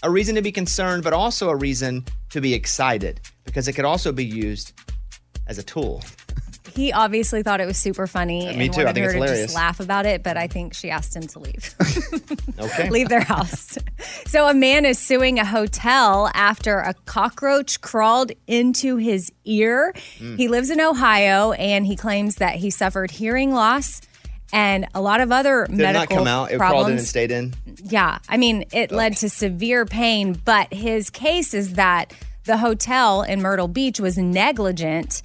Speaker 3: a reason to be concerned, but also a reason to be excited because it could also be used as a tool.
Speaker 1: He obviously thought it was super funny.
Speaker 3: Me
Speaker 1: and
Speaker 3: too. I
Speaker 1: wanted
Speaker 3: think
Speaker 1: her
Speaker 3: it's
Speaker 1: to
Speaker 3: hilarious.
Speaker 1: Just laugh about it, but I think she asked him to leave.
Speaker 3: Okay.
Speaker 1: leave their house. so a man is suing a hotel after a cockroach crawled into his ear.
Speaker 18: Mm.
Speaker 1: He lives in Ohio, and he claims that he suffered hearing loss and a lot of other
Speaker 3: Did it
Speaker 1: medical
Speaker 3: not come out? It
Speaker 1: problems.
Speaker 3: crawled in and stayed in.
Speaker 1: Yeah, I mean, it led to severe pain, but his case is that the hotel in Myrtle Beach was negligent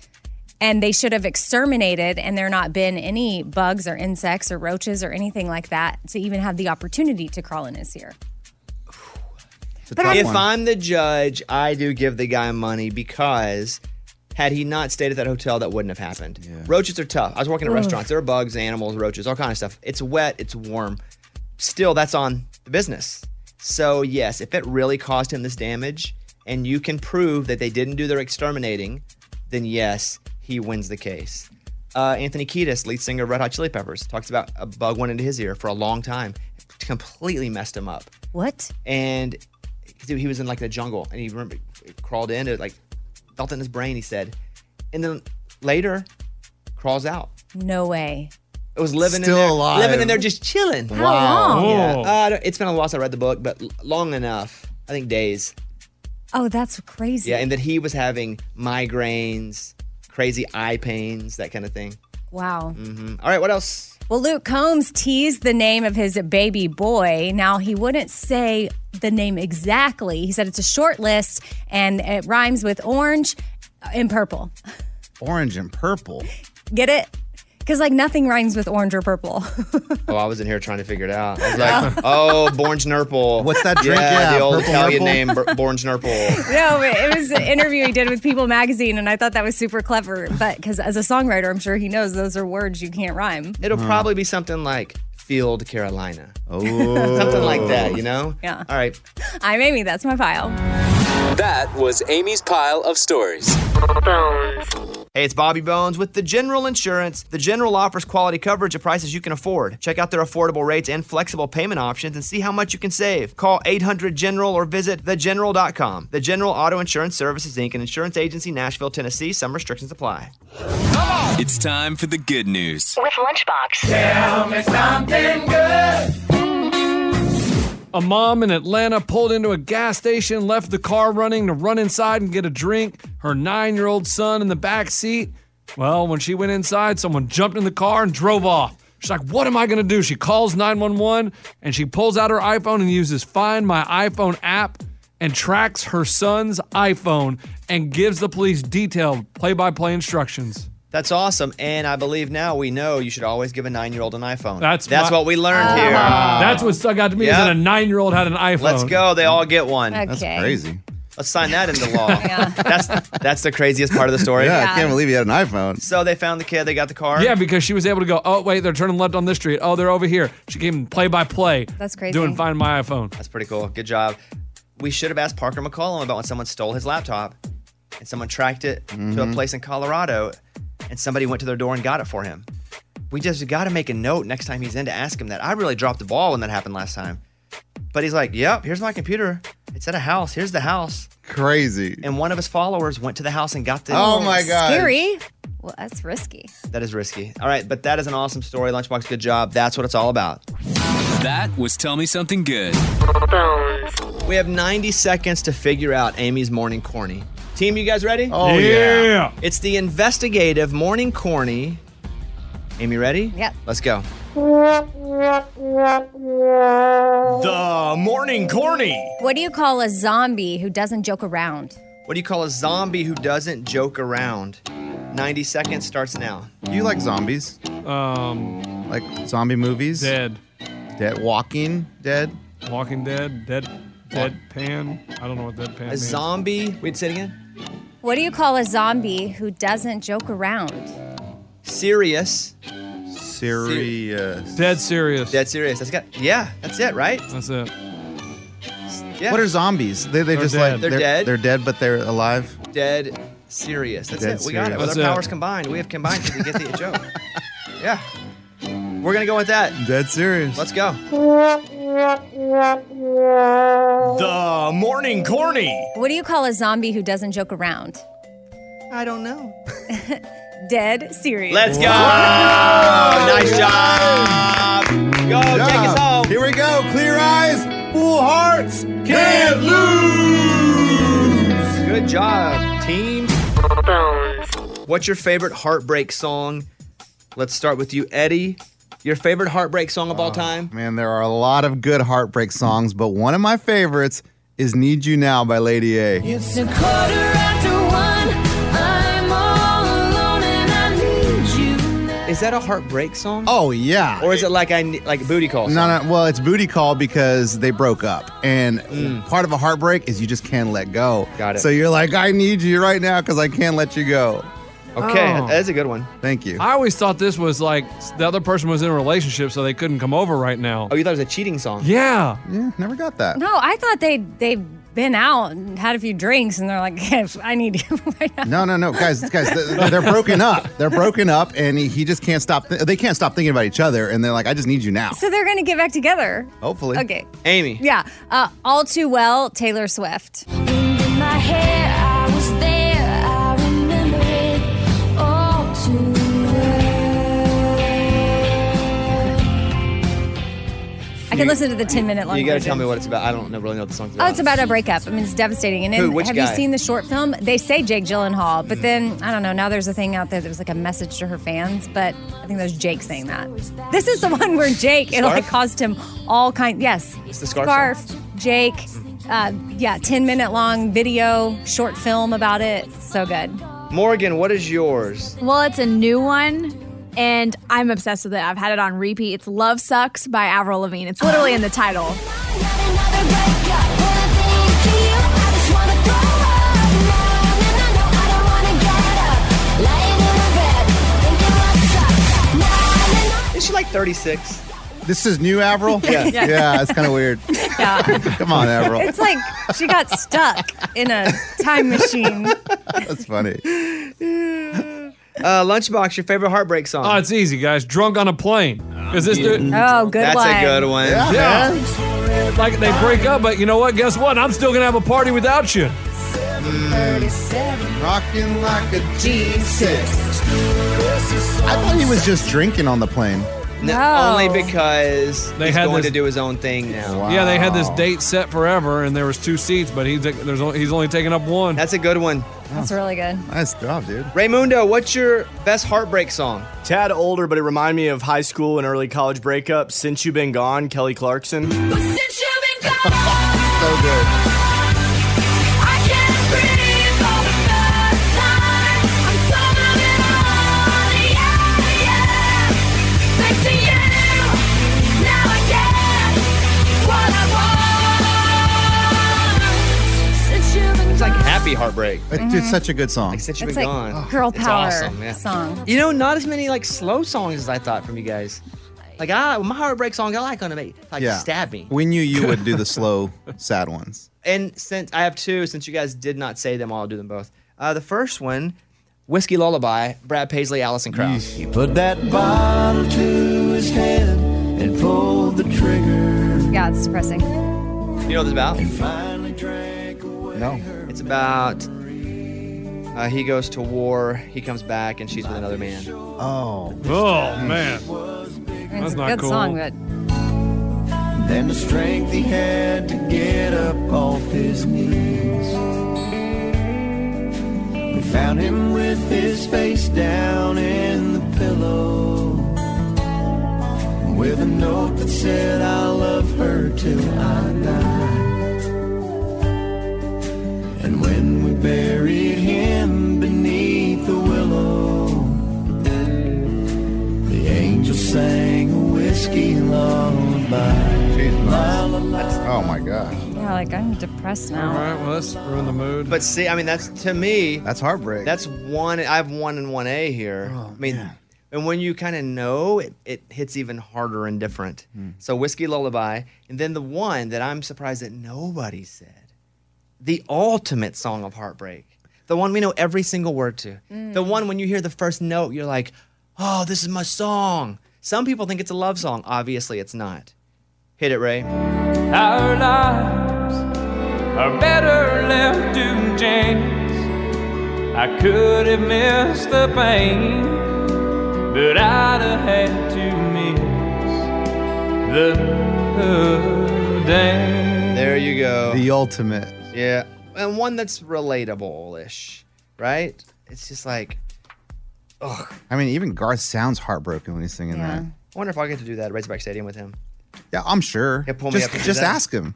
Speaker 1: and they should have exterminated and there not been any bugs or insects or roaches or anything like that to even have the opportunity to crawl in his ear. But tough
Speaker 3: if
Speaker 1: one.
Speaker 3: I'm the judge, I do give the guy money because had he not stayed at that hotel, that wouldn't have happened. Roaches are tough. I was working at
Speaker 14: Ugh.
Speaker 3: restaurants. There are bugs, animals, roaches, all kind of stuff. It's wet, it's warm. Still, that's on the business. So yes, if it really caused him this damage, and you can prove that they didn't do their exterminating, then yes, he wins the case. Uh, Anthony Kiedis, lead singer of Red Hot Chili Peppers, talks about a bug went into his ear for a long time, completely messed him up
Speaker 1: What?
Speaker 3: and dude, he was in like the jungle and he remember it crawled in it like felt in his brain he said and then later crawls out
Speaker 1: No way.
Speaker 3: it was living
Speaker 7: Still
Speaker 3: in there,
Speaker 7: alive.
Speaker 3: living in there just chilling
Speaker 7: How Wow. long?
Speaker 3: Yeah.
Speaker 7: Oh.
Speaker 3: Uh, I don't- it's been a while since i read the book but l- long enough i think days
Speaker 1: Oh, that's crazy.
Speaker 3: yeah and that he was having migraines crazy eye pains that kind of thing
Speaker 1: Wow.
Speaker 3: hmm all right what else
Speaker 1: Well, Luke Combs teased the name of his baby boy. Now, he wouldn't say the name exactly. He said it's a short list and it rhymes with orange and purple.
Speaker 7: Orange and purple.
Speaker 1: Get it? Because, like, nothing rhymes with orange or purple.
Speaker 3: Oh, I was in here trying to figure it out. I was like, oh, Born's Nurple. What's that
Speaker 7: drink?
Speaker 3: Yeah,
Speaker 7: Yeah,
Speaker 3: the old
Speaker 7: Purple
Speaker 3: Italian
Speaker 7: Nurple.
Speaker 3: name, Bor- Born's Nurple.
Speaker 1: no, but it was an interview he did with People magazine, and I thought that was super clever. But because as a songwriter, I'm sure he knows those are words you can't rhyme.
Speaker 3: It'll probably be something like Field, Carolina. Oh. something like that, you know?
Speaker 1: Yeah.
Speaker 3: All right.
Speaker 1: I'm Amy. That's my file.
Speaker 8: That was Amy's pile of stories.
Speaker 3: Hey, it's Bobby Bones with The General Insurance. The General offers quality coverage at prices you can afford. Check out their affordable rates and flexible payment options and see how much you can save. Call 800 General or visit thegeneral.com. The General Auto Insurance Services, Inc., an insurance agency, Nashville, Tennessee. Some restrictions apply.
Speaker 8: It's time for the good news.
Speaker 12: With Lunchbox.
Speaker 19: Tell me something good.
Speaker 20: A mom in Atlanta pulled into a gas station, left the car running to run inside and get a drink. Her nine year old son in the back seat. Well, when she went inside, someone jumped in the car and drove off. She's like, What am I going to do? She calls 911 and she pulls out her iPhone and uses Find My iPhone app and tracks her son's iPhone and gives the police detailed play by play instructions.
Speaker 3: That's awesome. And I believe now we know you should always give a nine year old an iPhone.
Speaker 20: That's
Speaker 3: That's
Speaker 20: my-
Speaker 3: what we learned here.
Speaker 20: That's what stuck out to me is
Speaker 3: Yeah.
Speaker 20: that a nine year old had an iPhone.
Speaker 3: Let's go. They all get one.
Speaker 20: That's Okay. crazy.
Speaker 3: Let's sign that into law. That's that's the craziest part of the story.
Speaker 20: Yeah, I Yeah. can't
Speaker 3: believe he had an iPhone. So they found the kid. They got the car.
Speaker 20: Yeah, because she was able to go, oh, wait, they're turning left on this street. Oh, they're over here. She gave him play by play.
Speaker 3: That's crazy.
Speaker 20: Doing Find My iPhone.
Speaker 3: That's pretty cool. Good job. We should have asked Parker McCollum about when someone stole his laptop and someone tracked it to a
Speaker 7: Mm-hmm.
Speaker 20: Mhm.
Speaker 3: place in Colorado and somebody went to their door and got it for him. We just got to make a note next time he's in to ask him that. I really dropped the ball when that happened last time. But he's like, yep, here's my computer. It's at a house. Here's the house.
Speaker 7: Crazy.
Speaker 3: And one of his followers went to the house and got the.
Speaker 7: Oh my god.
Speaker 1: Scary. Well, that's risky.
Speaker 3: That is risky. All right, but that is an awesome story. Lunchbox, good job. That's what it's all about.
Speaker 21: That was Tell Me Something Good.
Speaker 3: We have 90 seconds to figure out Amy's morning corny. Team, you guys ready?
Speaker 4: Oh, Yeah. yeah.
Speaker 3: It's the investigative morning corny. Amy, ready?
Speaker 1: Yep.
Speaker 3: Let's go.
Speaker 1: The
Speaker 3: morning corny.
Speaker 1: What do you call a zombie who doesn't joke around?
Speaker 3: What do you call a zombie who doesn't joke around? 90 seconds starts now.
Speaker 7: Do you like zombies?
Speaker 4: Um,
Speaker 7: like zombie movies.
Speaker 4: Dead.
Speaker 7: Dead. Walking Dead.
Speaker 4: Walking Dead, Dead, Deadpan. I don't know what Deadpan
Speaker 3: A
Speaker 4: means.
Speaker 3: zombie. Wait, say it again.
Speaker 1: What do you call a zombie who doesn't joke around?
Speaker 3: Serious.
Speaker 7: Serious.
Speaker 4: Dead serious.
Speaker 3: Dead serious. That's got. Yeah, that's it, right?
Speaker 4: That's it.
Speaker 3: Yeah.
Speaker 7: What are zombies? They they
Speaker 3: They're
Speaker 7: just
Speaker 3: dead.
Speaker 7: like
Speaker 3: They're dead.
Speaker 7: They're dead, but they're alive.
Speaker 3: Dead serious. That's
Speaker 7: Dead
Speaker 3: it. We got it.
Speaker 7: serious.
Speaker 3: With
Speaker 7: That's
Speaker 3: our
Speaker 7: it.
Speaker 3: powers combined, we have combined to get the joke. Yeah. We're gonna go with that.
Speaker 7: Dead serious.
Speaker 3: Let's go.
Speaker 1: The
Speaker 3: morning corny.
Speaker 1: What do you call a zombie who doesn't joke around?
Speaker 3: I don't know.
Speaker 1: Dead serious.
Speaker 3: Let's go. Nice job. Go take us home.
Speaker 7: Here we go. Clear eyes, full hearts, can't
Speaker 3: lose. Good job, team. What's your favorite heartbreak song? Let's start with you, Eddie. Your favorite heartbreak song of all time?
Speaker 7: Oh, Man, there are a lot of good heartbreak songs, but one of my favorites is "Need You Now" by Lady A.
Speaker 8: It's a quarter after one. I'm all alone and I need you.
Speaker 3: Is that a heartbreak song?
Speaker 7: Oh yeah.
Speaker 3: Or is it like I ne- like booty call?
Speaker 7: No, no. Well, it's booty call because they broke up, and part of a heartbreak is you just can't let go. Got
Speaker 3: Mm. it.
Speaker 7: So you're like, I need you right now because I can't let you go.
Speaker 4: Okay, Oh. that's
Speaker 3: a good one.
Speaker 7: Thank you.
Speaker 4: I always thought this was like the other person was in a relationship, so they couldn't come over right now. Oh,
Speaker 3: you thought it was a cheating song?
Speaker 4: Yeah.
Speaker 7: Yeah, never got that.
Speaker 1: No, I thought they they've been out and had a few drinks, and they're like, "I need you."
Speaker 7: No, no, no, guys, guys, th- they're broken up. They're broken up, and he, he just can't stop. Th- they can't stop thinking about each other, and they're like, I just need you now.
Speaker 1: so they're gonna get back together.
Speaker 7: Hopefully.
Speaker 1: Okay.
Speaker 3: Amy.
Speaker 1: Yeah. Uh, all too well, Taylor Swift.
Speaker 8: In my hair, I was there. I remember it all too well.
Speaker 1: I can listen to the ten minute long.
Speaker 3: You gotta
Speaker 1: version.
Speaker 3: tell me what it's about. I don't know, really know what the
Speaker 1: Oh,
Speaker 3: song's about.
Speaker 1: it's about a breakup. I mean, it's devastating. And then,
Speaker 3: Who? Which
Speaker 1: have
Speaker 3: guy?
Speaker 1: you seen the short film? They say Jake Gyllenhaal, but then I don't know. Now there's a thing out there that was like a message to her fans, but I think that was Jake saying that. This is the one where Jake it like
Speaker 3: Scarf?
Speaker 1: caused him all kind. Yes,
Speaker 3: It's the scarf
Speaker 1: Jake. Uh, yeah, ten minute long video, short film about it. So good.
Speaker 3: Morgan, what is yours?
Speaker 13: Well, it's a new one, and I'm obsessed with it. I've had it on repeat. It's Love Sucks by Avril Lavigne. It's literally in the title.
Speaker 3: Is she like 36?
Speaker 7: This is new Avril?
Speaker 1: Yeah.
Speaker 7: yeah, it's kind of weird.
Speaker 1: Yeah.
Speaker 7: Come on, Avril.
Speaker 1: It's like she got stuck in a time machine.
Speaker 7: That's funny.
Speaker 3: Uh, Lunchbox, your favorite heartbreak song?
Speaker 4: Oh, it's easy, guys. Drunk on a plane. Is this dude?
Speaker 1: Oh, good
Speaker 3: Mm-hmm. That's a good one.
Speaker 4: Yeah. Like they break up, but you know what? Guess what? I'm still gonna have a party without you.
Speaker 7: Mm. Rocking like a G6. I thought he was just drinking on the plane.
Speaker 3: No. Only because he's
Speaker 4: had
Speaker 3: going
Speaker 4: this-
Speaker 3: to do his own thing now.
Speaker 4: Yeah, they had this date set forever, and there was two seats, but he's there's only, he's only taking up one.
Speaker 3: That's a good one.
Speaker 1: That's really good.
Speaker 7: Nice job, dude.
Speaker 3: Raymundo, what's your best heartbreak song?
Speaker 22: Tad older, but it reminded me of high school and early college breakup. Since You've Been Gone, Kelly Clarkson.
Speaker 7: So good.
Speaker 8: Thanks to you, now I get what I want. Since you've been
Speaker 3: It's like happy heartbreak.
Speaker 7: It's, it's such a good song. Like,
Speaker 3: since
Speaker 1: Mm-hmm. It's like girl
Speaker 3: It's
Speaker 1: power
Speaker 3: awesome, yeah.
Speaker 1: song.
Speaker 3: You know, not as many like slow songs as I thought from you guys. Like I, my heartbreak song I like on me, like stab me.
Speaker 7: We knew you would do the slow, sad ones.
Speaker 3: And since I have two, since you guys did not say them, I'll do them both. Uh, the first one, Whiskey Lullaby, Brad Paisley, Allison Krauss. He
Speaker 7: put that
Speaker 8: bottle to his head and pulled the trigger.
Speaker 1: Yeah, it's depressing.
Speaker 3: You know what it's about?
Speaker 8: Finally drank
Speaker 7: No.
Speaker 3: It's about Uh, he goes to war. He comes back, and she's with another man.
Speaker 20: Oh. Oh, man. That's not cool.
Speaker 1: but
Speaker 8: Then the strength he had to get up off his knees. We found him with his face down in the pillow. With a note that said, I love her till I die. And when we buried him beneath the willow, the angel sang a whiskey lullaby.
Speaker 7: Oh my gosh.
Speaker 1: yeah, like I'm depressed now.
Speaker 3: well,
Speaker 20: let's ruin the mood.
Speaker 3: But see, I mean, that's to me.
Speaker 7: That's heartbreak. Oh,
Speaker 3: That's one. I have one and one A here. I mean, and when you kind of know, it, it hits even harder and different.
Speaker 7: Hmm.
Speaker 3: So whiskey lullaby, and then the one that I'm surprised that nobody said, the ultimate song of heartbreak, the one we know every single word to, the one when you hear the first note, you're like, oh, this is my song. Some people think it's a love song. Obviously, it's not. Hit it, Ray.
Speaker 8: Our lives are better left to chance. I could have missed the pain, but I'd have had to miss the day.
Speaker 3: There you go.
Speaker 7: The ultimate.
Speaker 3: Yeah. And one that's relatable ish, right? It's just like, ugh.
Speaker 7: I mean, even Garth sounds heartbroken when he's singing
Speaker 3: I wonder if I'll get to do that at Razorback Stadium with him.
Speaker 7: that. Yeah, I'm sure.
Speaker 3: He'll pull me
Speaker 7: just
Speaker 3: up to do
Speaker 7: just
Speaker 3: that.
Speaker 7: ask him.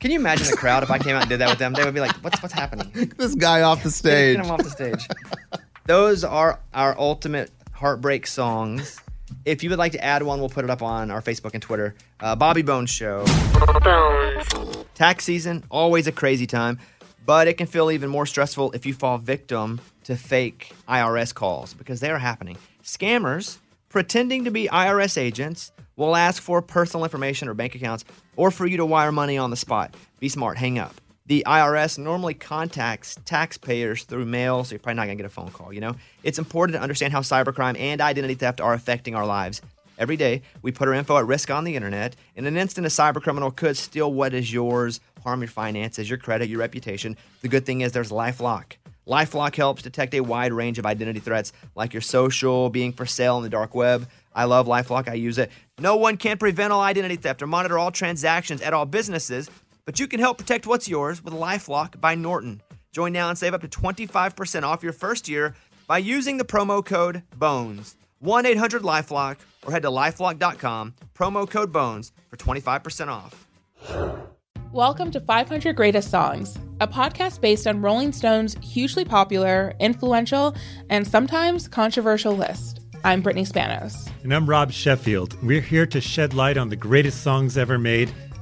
Speaker 3: Can you imagine the crowd if I came out and did that with them? They would be like, what's, what's happening?
Speaker 7: This guy off the
Speaker 3: Get
Speaker 7: stage.
Speaker 3: him off the stage. Those are our ultimate heartbreak songs. If you would like to add one, we'll put it up on our Facebook and Twitter. Uh, Bobby Bones Show. Tax season, always a crazy time, but it can feel even more stressful if you fall victim to fake IRS calls because they are happening. Scammers pretending to be IRS agents will ask for personal information or bank accounts or for you to wire money on the spot. Be smart, hang up. The IRS normally contacts taxpayers through mail, so you're probably not going to get a phone call, you know? It's important to understand how cybercrime and identity theft are affecting our lives. Every day, we put our info at risk on the internet. In an instant, a cybercriminal could steal what is yours, harm your finances, your credit, your reputation. The good thing is there's LifeLock. LifeLock helps detect a wide range of identity threats, like your social, being for sale on the dark web. I love LifeLock. I use it. No one can prevent all identity theft or monitor all transactions at all businesses, but you can help protect what's yours with LifeLock by Norton. Join now and save up to 25% off your first year by using the promo code BONES. 1 800 Lifelock or head to lifelock.com, promo code BONES for 25% off.
Speaker 23: Welcome to 500 Greatest Songs, a podcast based on Rolling Stone's hugely popular, influential, and sometimes controversial list. I'm Brittany Spanos.
Speaker 15: And I'm Rob Sheffield. We're here to shed light on the greatest songs ever made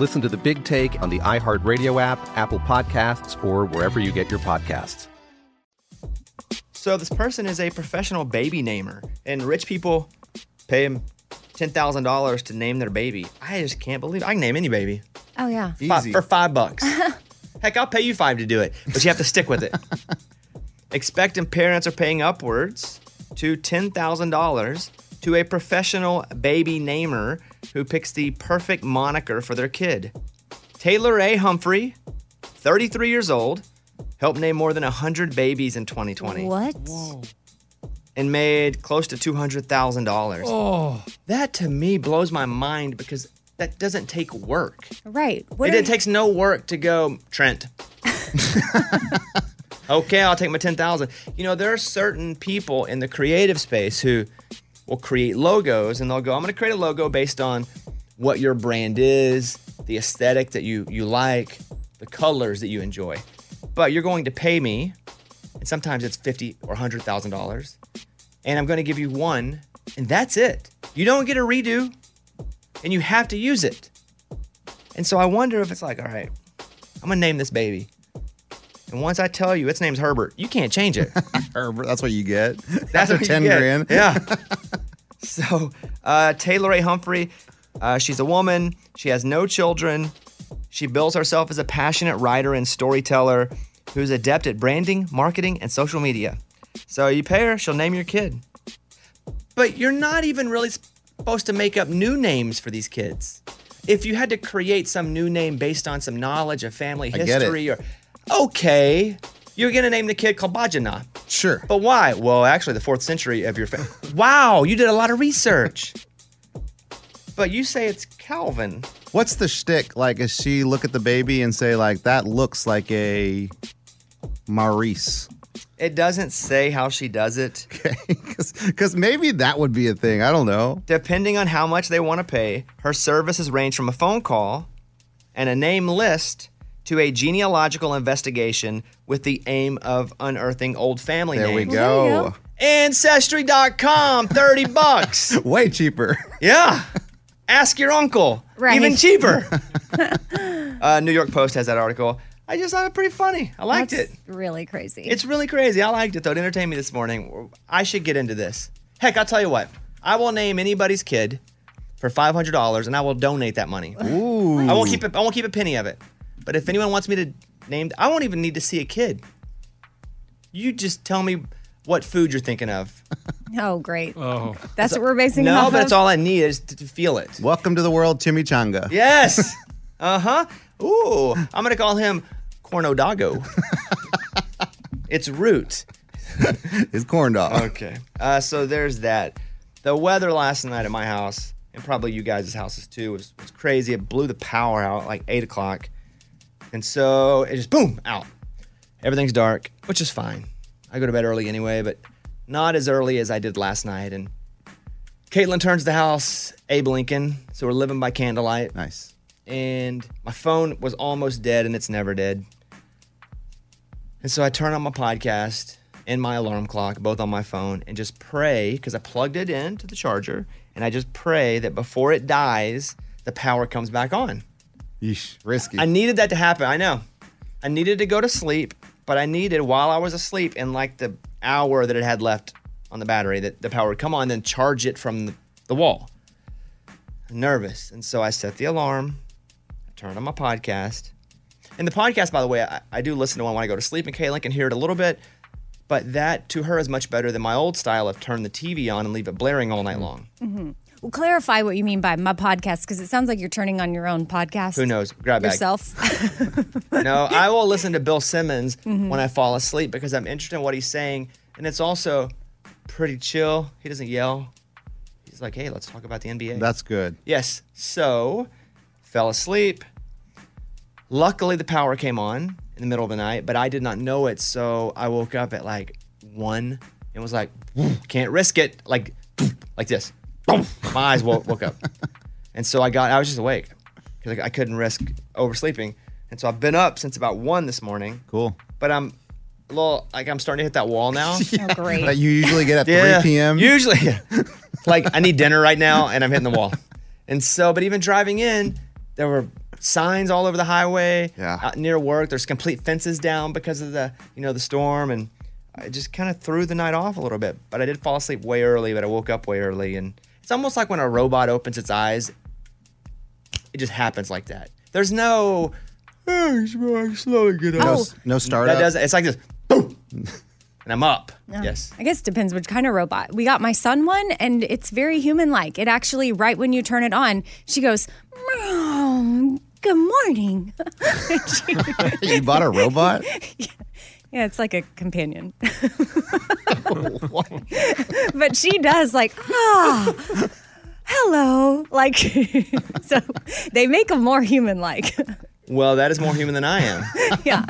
Speaker 6: Listen to The Big Take on the iHeartRadio app, Apple Podcasts, or wherever you get your podcasts.
Speaker 3: So this person is a professional baby namer, and rich people pay him ten thousand dollars to name their baby. I just can't believe I can name any baby
Speaker 1: Oh, yeah.
Speaker 3: Fi- for five bucks. Heck, I'll pay you five to do it, but you have to stick with it. Expectant parents are paying upwards to ten thousand dollars to a professional baby namer who picks the perfect moniker for their kid. Taylor A. Humphrey, 33 years old, helped name more than 100 babies in 2020
Speaker 1: What?
Speaker 3: and made close to $200,000.
Speaker 1: Oh.
Speaker 3: That to me blows my mind because that doesn't take work.
Speaker 1: Right.
Speaker 3: it,
Speaker 1: are-
Speaker 3: it takes no work to go, Trent. okay, I'll take my 10,000. You know, there are certain people in the creative space who will create logos and they'll go, I'm going to create a logo based on what your brand is, the aesthetic that you you like, the colors that you enjoy. But you're going to pay me, and sometimes it's 50 or $100,000, and I'm going to give you one, and that's it. You don't get a redo, and you have to use it. And so I wonder if it's like, all right, I'm gonna name this baby. And once I tell you its name's Herbert, you can't change it.
Speaker 7: Herbert, that's what you get.
Speaker 3: That's
Speaker 7: After
Speaker 3: what you
Speaker 7: 10
Speaker 3: get.
Speaker 7: grand.
Speaker 3: Yeah. so uh, Taylor A. Humphrey, uh, she's a woman. She has no children. She bills herself as a passionate writer and storyteller who's adept at branding, marketing, and social media. So you pay her, she'll name your kid. But you're not even really supposed to make up new names for these kids. If you had to create some new name based on some knowledge of family
Speaker 7: I get it.
Speaker 3: history or okay, you're gonna name the kid Kalbajana. Sure. But why? Well, actually, the fourth century of your family. wow, you did a lot of research. but you say it's Calvin.
Speaker 7: What's the shtick? Like, does she look at the baby and say, like, that looks like a Maurice?
Speaker 3: It doesn't say how she does it.
Speaker 7: Because maybe that would be a thing. I don't know.
Speaker 3: Depending on how much they want to pay, her services range from a phone call and a name list to a genealogical investigation with the aim of unearthing old family
Speaker 7: There we
Speaker 3: names.
Speaker 7: go.
Speaker 3: Ancestry.com, 30 bucks.
Speaker 7: Way cheaper.
Speaker 3: Yeah. Ask your uncle.
Speaker 7: Right.
Speaker 3: Even cheaper. uh, New York Post has that article. I just thought it pretty funny. I liked
Speaker 1: That's
Speaker 3: it.
Speaker 1: Really crazy.
Speaker 3: It's really crazy. I liked it though. It entertained me this morning. I should get into this. Heck, I'll tell you what. I will name anybody's kid for five hundred dollars, and I will donate that money.
Speaker 7: Ooh.
Speaker 3: I won't keep it. I won't keep a penny of it. But if anyone wants me to name, I won't even need to see a kid. You just tell me what food you're thinking of.
Speaker 1: Oh, great.
Speaker 3: Oh,
Speaker 1: That's what we're basing it
Speaker 3: no,
Speaker 1: off
Speaker 3: but
Speaker 1: of?
Speaker 3: it's all I need is to, to feel it.
Speaker 7: Welcome to the world, Chimichanga.
Speaker 3: Yes. uh huh. Ooh, I'm gonna call him Cornodago. it's root.
Speaker 7: It's corn dog.
Speaker 3: Okay. Uh, so there's that. The weather last night at my house, and probably you guys' houses too, was, was crazy. It blew the power out at like eight o'clock. And so it just boom out. Everything's dark, which is fine. I go to bed early anyway, but not as early as I did last night. And Caitlin turns the house, Abe Lincoln. So we're living by candlelight.
Speaker 7: Nice.
Speaker 3: And my phone was almost dead and it's never dead. And so I turn on my podcast and my alarm clock, both on my phone, and just pray because I plugged it in to the charger. And I just pray that before it dies, the power comes back on.
Speaker 7: Yeesh, risky.
Speaker 3: I needed that to happen. I know. I needed to go to sleep, but I needed while I was asleep in like the hour that it had left on the battery that the power would come on, then charge it from the, the wall. Nervous. And so I set the alarm, I turned on my podcast. And the podcast, by the way, I, I do listen to one when I go to sleep, and Kaylin can hear it a little bit. But that to her is much better than my old style of turn the TV on and leave it blaring all night long.
Speaker 1: hmm Well, clarify what you mean by my podcast because it sounds like you're turning on your own podcast.
Speaker 3: Who knows? Grab bag.
Speaker 1: yourself.
Speaker 3: no, I will listen to Bill Simmons
Speaker 1: Mhm.
Speaker 3: when I fall asleep because I'm interested in what he's saying. And it's also pretty chill. He doesn't yell. He's like, hey, let's talk about the NBA.
Speaker 7: That's good.
Speaker 3: Yes. So, fell asleep. Luckily, the power came on in the middle of the night, but I did not know it. So, I woke up at like one and was like, can't risk it. Like, like this. My eyes woke, woke up. And so I got, I was just awake because I couldn't risk oversleeping. And so I've been up since about one this morning.
Speaker 7: Cool.
Speaker 3: But I'm a little, like, I'm starting to hit that wall now.
Speaker 1: Oh, great.
Speaker 7: That you usually get at 3 p.m.
Speaker 3: Usually, like I need dinner right now, and I'm hitting the wall. And so, but even driving in, there were signs all over the highway. Yeah. Out near work, there's complete fences down because of the you know the storm, and I just kind of threw the night off a little bit. But I did fall asleep way early, but I woke up way early, and it's almost like when a robot opens its eyes. It just happens like that. There's no. "Oh, you should probably slowly get
Speaker 7: No,
Speaker 8: Oh.
Speaker 3: up."
Speaker 7: s- no startup?
Speaker 3: That doesn't. It's like this. Boom. And I'm up.
Speaker 1: Yeah.
Speaker 3: Yes.
Speaker 1: I guess it depends which kind of robot. We got my son one, and it's very human like. It actually, right when you turn it on, she goes, "Meow, Good morning.
Speaker 7: you bought a robot?
Speaker 1: Yeah, it's like a companion. but she does like, ah, hello. Like, so they make them more human like.
Speaker 3: Well, that is more human than I am.
Speaker 1: yeah.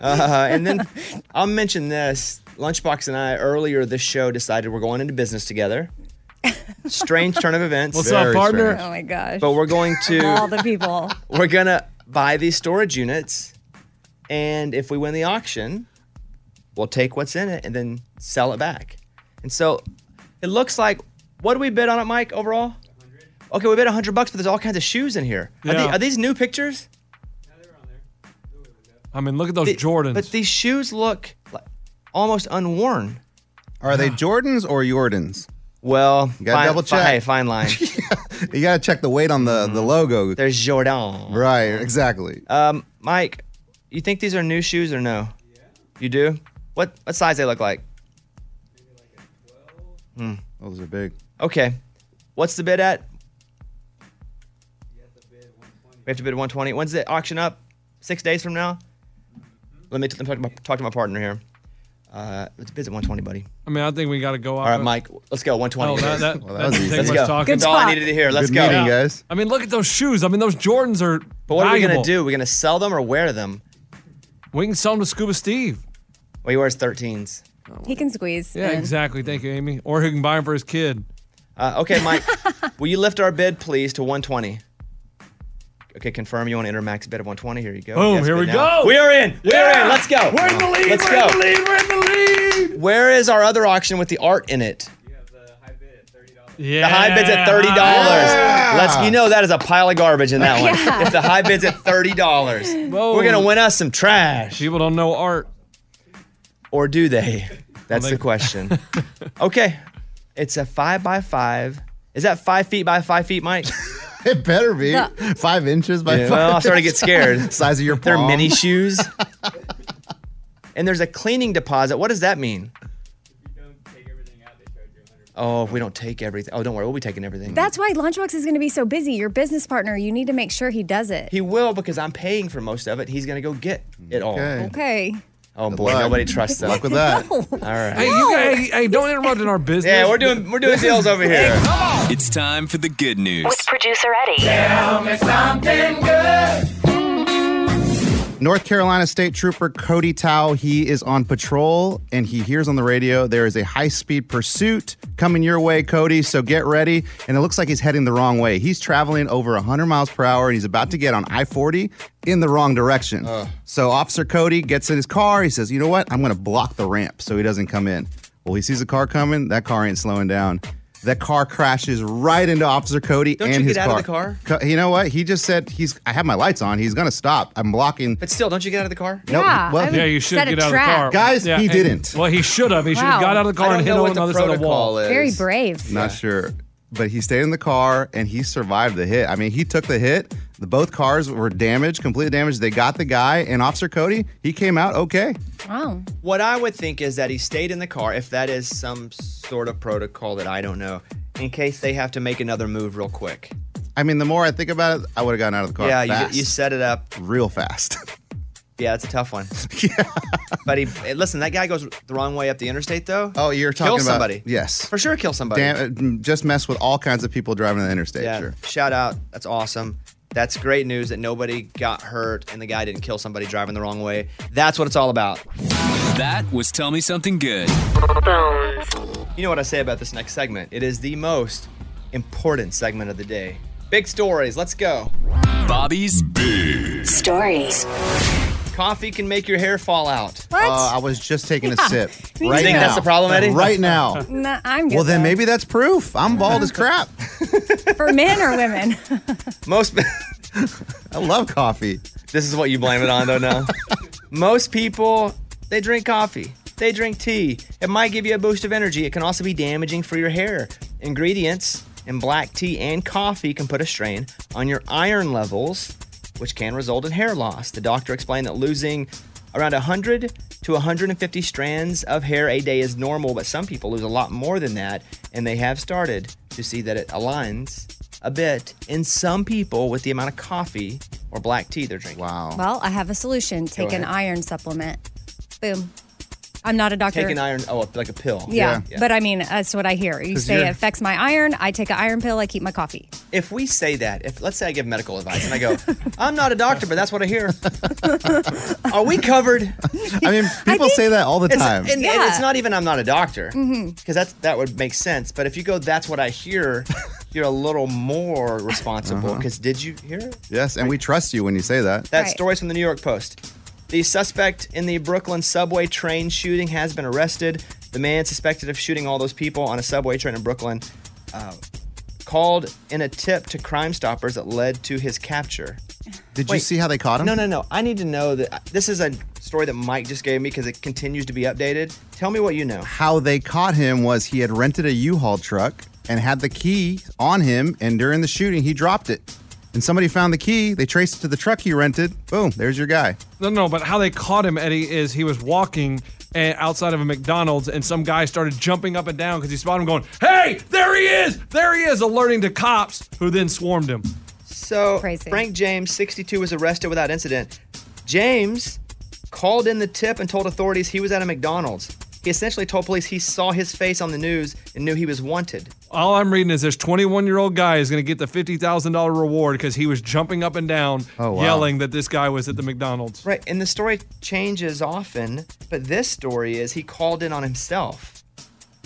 Speaker 3: Uh, and then I'll mention this. Lunchbox and I earlier this show decided we're going into business together. Strange turn of events.
Speaker 4: What's up, Very partner?
Speaker 1: Oh my gosh.
Speaker 3: But we're going
Speaker 1: All
Speaker 3: to
Speaker 1: the people.
Speaker 3: we're gonna buy these storage units, and if we win the auction, we'll take what's in it and then sell it back. And so it looks like what do we bid on it, Mike? Overall, okay, we bid hundred bucks, but there's all kinds of shoes in here. Are,
Speaker 4: Yeah.
Speaker 3: the- are these new pictures?
Speaker 4: I mean, look at those
Speaker 3: The-
Speaker 4: Jordans.
Speaker 3: But these shoes look like almost unworn.
Speaker 7: Are they Jordans or Jordans?
Speaker 3: Well,
Speaker 7: you gotta
Speaker 3: fine-
Speaker 7: double check.
Speaker 3: Hey, fine line.
Speaker 7: you gotta check the weight on the, the logo.
Speaker 3: There's Jordan.
Speaker 7: Right, exactly.
Speaker 3: Um, Mike, you think these are new shoes or no? You do? What what size they look like? Hmm.
Speaker 7: Those are big.
Speaker 3: Okay. What's the bid at? We have to bid 120. When's the auction up? Six days from now? Let me, t- let me talk, to my, talk to my partner here. Uh, it's bids at 120, buddy.
Speaker 4: I mean, I think we got to go out.
Speaker 3: All right, Mike, let's go. 120.
Speaker 4: Oh, that, that,
Speaker 3: Well,
Speaker 4: that didn't take
Speaker 3: Let's
Speaker 4: much
Speaker 3: go.
Speaker 4: talking.
Speaker 3: That's all I needed to hear. Let's go.
Speaker 4: I mean, look at those shoes. I mean, those Jordans are.
Speaker 3: But what are we
Speaker 4: valuable.
Speaker 3: gonna do? We're gonna sell them or wear them? We can sell them to Scuba Steve. Well, he wears 13s.
Speaker 1: He can squeeze.
Speaker 4: Yeah,
Speaker 1: in.
Speaker 4: exactly. Thank you, Amy. Or he can buy them for his kid.
Speaker 3: Uh, okay, Mike, will you lift our bid, please, to 120? Okay, confirm you want to enter max bid of 120. Here you go.
Speaker 4: Boom,
Speaker 3: Yes,
Speaker 4: here
Speaker 3: bid
Speaker 4: we
Speaker 3: now.
Speaker 4: go.
Speaker 3: We are in. We are
Speaker 4: Yeah.
Speaker 3: in. Let's go.
Speaker 4: We're in the lead.
Speaker 3: Let's
Speaker 4: we're
Speaker 3: go.
Speaker 4: in the lead. We're in the lead.
Speaker 3: Where is our other auction with the art in it?
Speaker 4: Yeah.
Speaker 3: The high bid's at thirty dollars. Let's you know that is a pile of garbage in that one.
Speaker 4: Yeah.
Speaker 3: If the high bid's at thirty dollars,
Speaker 4: Whoa.
Speaker 3: we're gonna win us some trash. People don't know art, or do they? That's the question. okay, it's a five by five. Is that five feet by five feet, Mike?
Speaker 7: It better be five inches by
Speaker 3: Yeah,
Speaker 7: five.
Speaker 3: well, I started to get scared.
Speaker 7: Size of your palm.
Speaker 3: They're mini shoes. and there's a cleaning deposit. What does that mean? Oh, if we don't take everything. Oh, don't worry, we'll be taking everything.
Speaker 1: That's why Lunchbox is going to be so busy. Your business partner, you need to make sure he does it.
Speaker 3: He will because I'm paying for most of it. He's gonna go get it all.
Speaker 1: Okay.
Speaker 3: Oh boy,
Speaker 4: luck.
Speaker 3: nobody trusts them.
Speaker 4: Luck with that.
Speaker 3: All right.
Speaker 4: Hey, you guys, hey, hey, don't interrupt in our business.
Speaker 3: Yeah, we're doing we're doing deals over here.
Speaker 17: It's time for the good news.
Speaker 12: With producer Eddie.
Speaker 17: Tell
Speaker 12: me something
Speaker 17: good.
Speaker 7: North Carolina State Trooper Cody Tao, he is on patrol and he hears on the radio there is a high speed pursuit coming your way, Cody. So get ready. And it looks like he's heading the wrong way. He's traveling over 100 miles per hour and he's about to get on I 40 in the wrong direction. So Officer Cody gets in his car. He says, You know what? I'm going to block the ramp so he doesn't come in. Well, he sees a car coming. That car ain't slowing down. That car crashes right into Officer Cody
Speaker 3: Don't
Speaker 7: and
Speaker 3: you
Speaker 7: his
Speaker 3: get out
Speaker 7: car.
Speaker 3: of the car?
Speaker 7: Co- You know what? He just said he's. I have my lights on. He's gonna stop. I'm blocking.
Speaker 3: But still, don't you get out of the car?
Speaker 7: Nope. Yeah, Well- I would
Speaker 4: yeah, you should
Speaker 7: set a
Speaker 4: get out
Speaker 7: trap.
Speaker 4: of the car,
Speaker 7: Guys,
Speaker 4: Yeah,
Speaker 7: he
Speaker 4: and-
Speaker 7: didn't.
Speaker 4: Well, he should have. He should have
Speaker 1: Wow.
Speaker 4: got out of the
Speaker 3: I
Speaker 4: car
Speaker 3: don't
Speaker 4: and hit
Speaker 3: know
Speaker 4: on
Speaker 3: what
Speaker 4: the
Speaker 3: the
Speaker 4: other side of the wall.
Speaker 3: protocol is.
Speaker 1: Very brave.
Speaker 7: Not sure. But he stayed in the car and he survived the hit. I mean, he took the hit. The both cars were damaged, completely damaged. They got the guy and Officer Cody. He came out okay.
Speaker 1: Wow.
Speaker 3: What I would think is that he stayed in the car, if that is some sort of protocol that I don't know, in case they have to make another move real quick.
Speaker 7: I mean, the more I think about it, I would have gotten out of the car.
Speaker 3: yeah,
Speaker 7: fast.
Speaker 3: You, you set it up
Speaker 7: real fast.
Speaker 3: Yeah, it's a tough one. yeah. But he, hey, listen, that guy goes the wrong way up the interstate, though.
Speaker 7: Oh, you're talking
Speaker 3: kill
Speaker 7: about
Speaker 3: somebody.
Speaker 7: Yes,
Speaker 3: For sure, kill somebody.
Speaker 7: Dam- mm, just mess with all kinds of people driving on the interstate.
Speaker 3: yeah.
Speaker 7: Sure.
Speaker 3: Shout out. That's awesome. That's great news that nobody got hurt and the guy didn't kill somebody driving the wrong way. That's what it's all about.
Speaker 17: That was Tell Me Something Good.
Speaker 3: You know what I say about this next segment? It is the most important segment of the day. Big stories. Let's go.
Speaker 17: Bobby's Big
Speaker 12: Stories.
Speaker 3: Coffee can make your hair fall out.
Speaker 1: What?
Speaker 7: Uh, I was just taking
Speaker 1: Yeah,
Speaker 7: a sip.
Speaker 1: me
Speaker 7: Right
Speaker 3: You think
Speaker 7: now.
Speaker 3: that's the problem, Eddie?
Speaker 7: Right now.
Speaker 1: No, I'm good.
Speaker 7: well, then
Speaker 1: though.
Speaker 7: maybe that's proof. I'm bald as crap.
Speaker 1: for men or women.
Speaker 3: Most.
Speaker 7: I love coffee.
Speaker 3: This is what you blame it on, though. Now, most people they drink coffee, they drink tea. It might give you a boost of energy. It can also be damaging for your hair. Ingredients in black tea and coffee can put a strain on your iron levels, which can result in hair loss. The doctor explained that losing around 100 to 150 strands of hair a day is normal, but some people lose a lot more than that, and they have started to see that it aligns a bit in some people with the amount of coffee or black tea they're drinking. Wow.
Speaker 1: Well, I have a solution. Take an
Speaker 3: ahead.
Speaker 1: iron supplement. Boom. I'm not a doctor.
Speaker 3: Take an iron, oh, like a pill.
Speaker 1: Yeah, but I mean, that's what I hear. You
Speaker 3: 'Cause
Speaker 1: say it
Speaker 3: you're-
Speaker 1: affects my iron. I take an iron pill. I keep my coffee.
Speaker 3: if we say that, if let's say I give medical advice and I go, I'm not a doctor, but that's what I hear. Are we covered?
Speaker 7: I mean, people say that all the
Speaker 3: It's-
Speaker 7: time.
Speaker 3: and- and it's not even I'm not a doctor
Speaker 1: Mm-hmm.
Speaker 7: Mhm.
Speaker 3: because that's that would make sense. But if you go, that's what I hear, you're a little more responsible
Speaker 7: Uh-huh.
Speaker 3: because did you hear it?
Speaker 7: Yes, and we trust you when you say that.
Speaker 3: That story's from the New York Post. The suspect in the Brooklyn subway train shooting has been arrested. The man suspected of shooting all those people on a subway train in Brooklyn uh, called in a tip to Crime Stoppers that led to his capture.
Speaker 7: Did you
Speaker 3: Wait.
Speaker 7: see how they caught him?
Speaker 3: No, no, no. I need to know that uh, this is a story that Mike just gave me because it continues to be updated. Tell me what you know.
Speaker 7: How they caught him was he had rented a U-Haul truck and had the key on him, and during the shooting, he dropped it. And somebody found the key. They traced it to the truck he rented. Boom, there's your guy.
Speaker 4: No, no, but how they caught him, Eddie, is he was walking and outside of a McDonald's, and some guy started jumping up and down because he spotted him going, "Hey, there he is! There he is!" alerting to cops, who then swarmed him.
Speaker 3: So Frank James, 62, was arrested without incident. James called in the tip and told authorities he was at a McDonald's. He essentially told police he saw his face on the news and knew he was wanted.
Speaker 4: All I'm reading is this 21 year old guy is going to get the fifty thousand dollar reward because he was jumping up and down,
Speaker 3: Oh, wow.
Speaker 4: yelling that this guy was at the McDonald's.
Speaker 3: Right, and the story changes often, but this story is he called in on himself.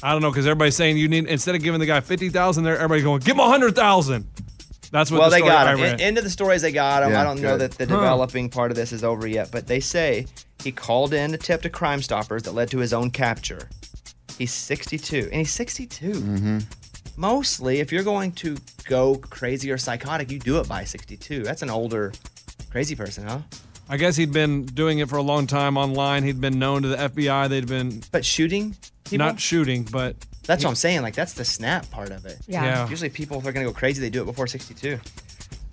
Speaker 4: I don't know because everybody's saying you need instead of giving the guy fifty thousand, there everybody's going give him a hundred thousand. That's what
Speaker 3: well,
Speaker 4: the
Speaker 3: they
Speaker 4: story
Speaker 3: got
Speaker 4: I
Speaker 3: him.
Speaker 4: read.
Speaker 3: En- End of the story is they got him.
Speaker 4: Yeah,
Speaker 3: I don't know
Speaker 4: good.
Speaker 3: that the
Speaker 4: Huh.
Speaker 3: developing part of this is over yet, but they say he called in a tip to Crime Stoppers that led to his own capture. He's 62, and he's 62.
Speaker 7: Mm-hmm.
Speaker 3: mostly if you're going to go crazy or psychotic, you do it by 62. That's an older crazy person, huh?
Speaker 4: I guess he'd been doing it for a long time online. He'd been known to the FBI. They'd been
Speaker 3: but shooting, people?
Speaker 4: not shooting, but
Speaker 3: That's what I'm saying. Like that's the snap part of it.
Speaker 4: Yeah. Yeah.
Speaker 3: Usually people if they're gonna go crazy, they do it before 62.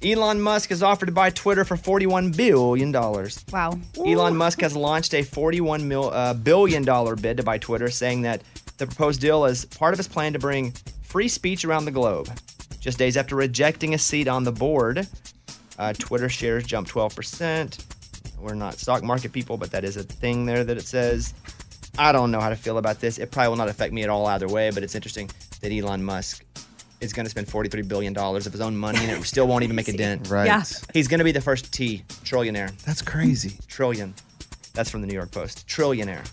Speaker 3: Elon Musk is offered to buy Twitter for 41 billion dollars.
Speaker 1: Wow.
Speaker 3: Elon Musk has launched a 41 mil, uh, billion dollar bid to buy Twitter, saying that the proposed deal is part of his plan to bring free speech around the globe. Just days after rejecting a seat on the board, uh, Twitter shares jumped 12%. We're not stock market people, but that is a thing there that it says. I don't know how to feel about this. It probably will not affect me at all either way, but it's interesting that Elon Musk is going to spend $43 billion of his own money and it still won't even make a dent.
Speaker 7: Right. Yeah.
Speaker 3: He's going to be the first T trillionaire.
Speaker 7: That's crazy.
Speaker 3: Trillion. That's from the New York Post. Trillionaire.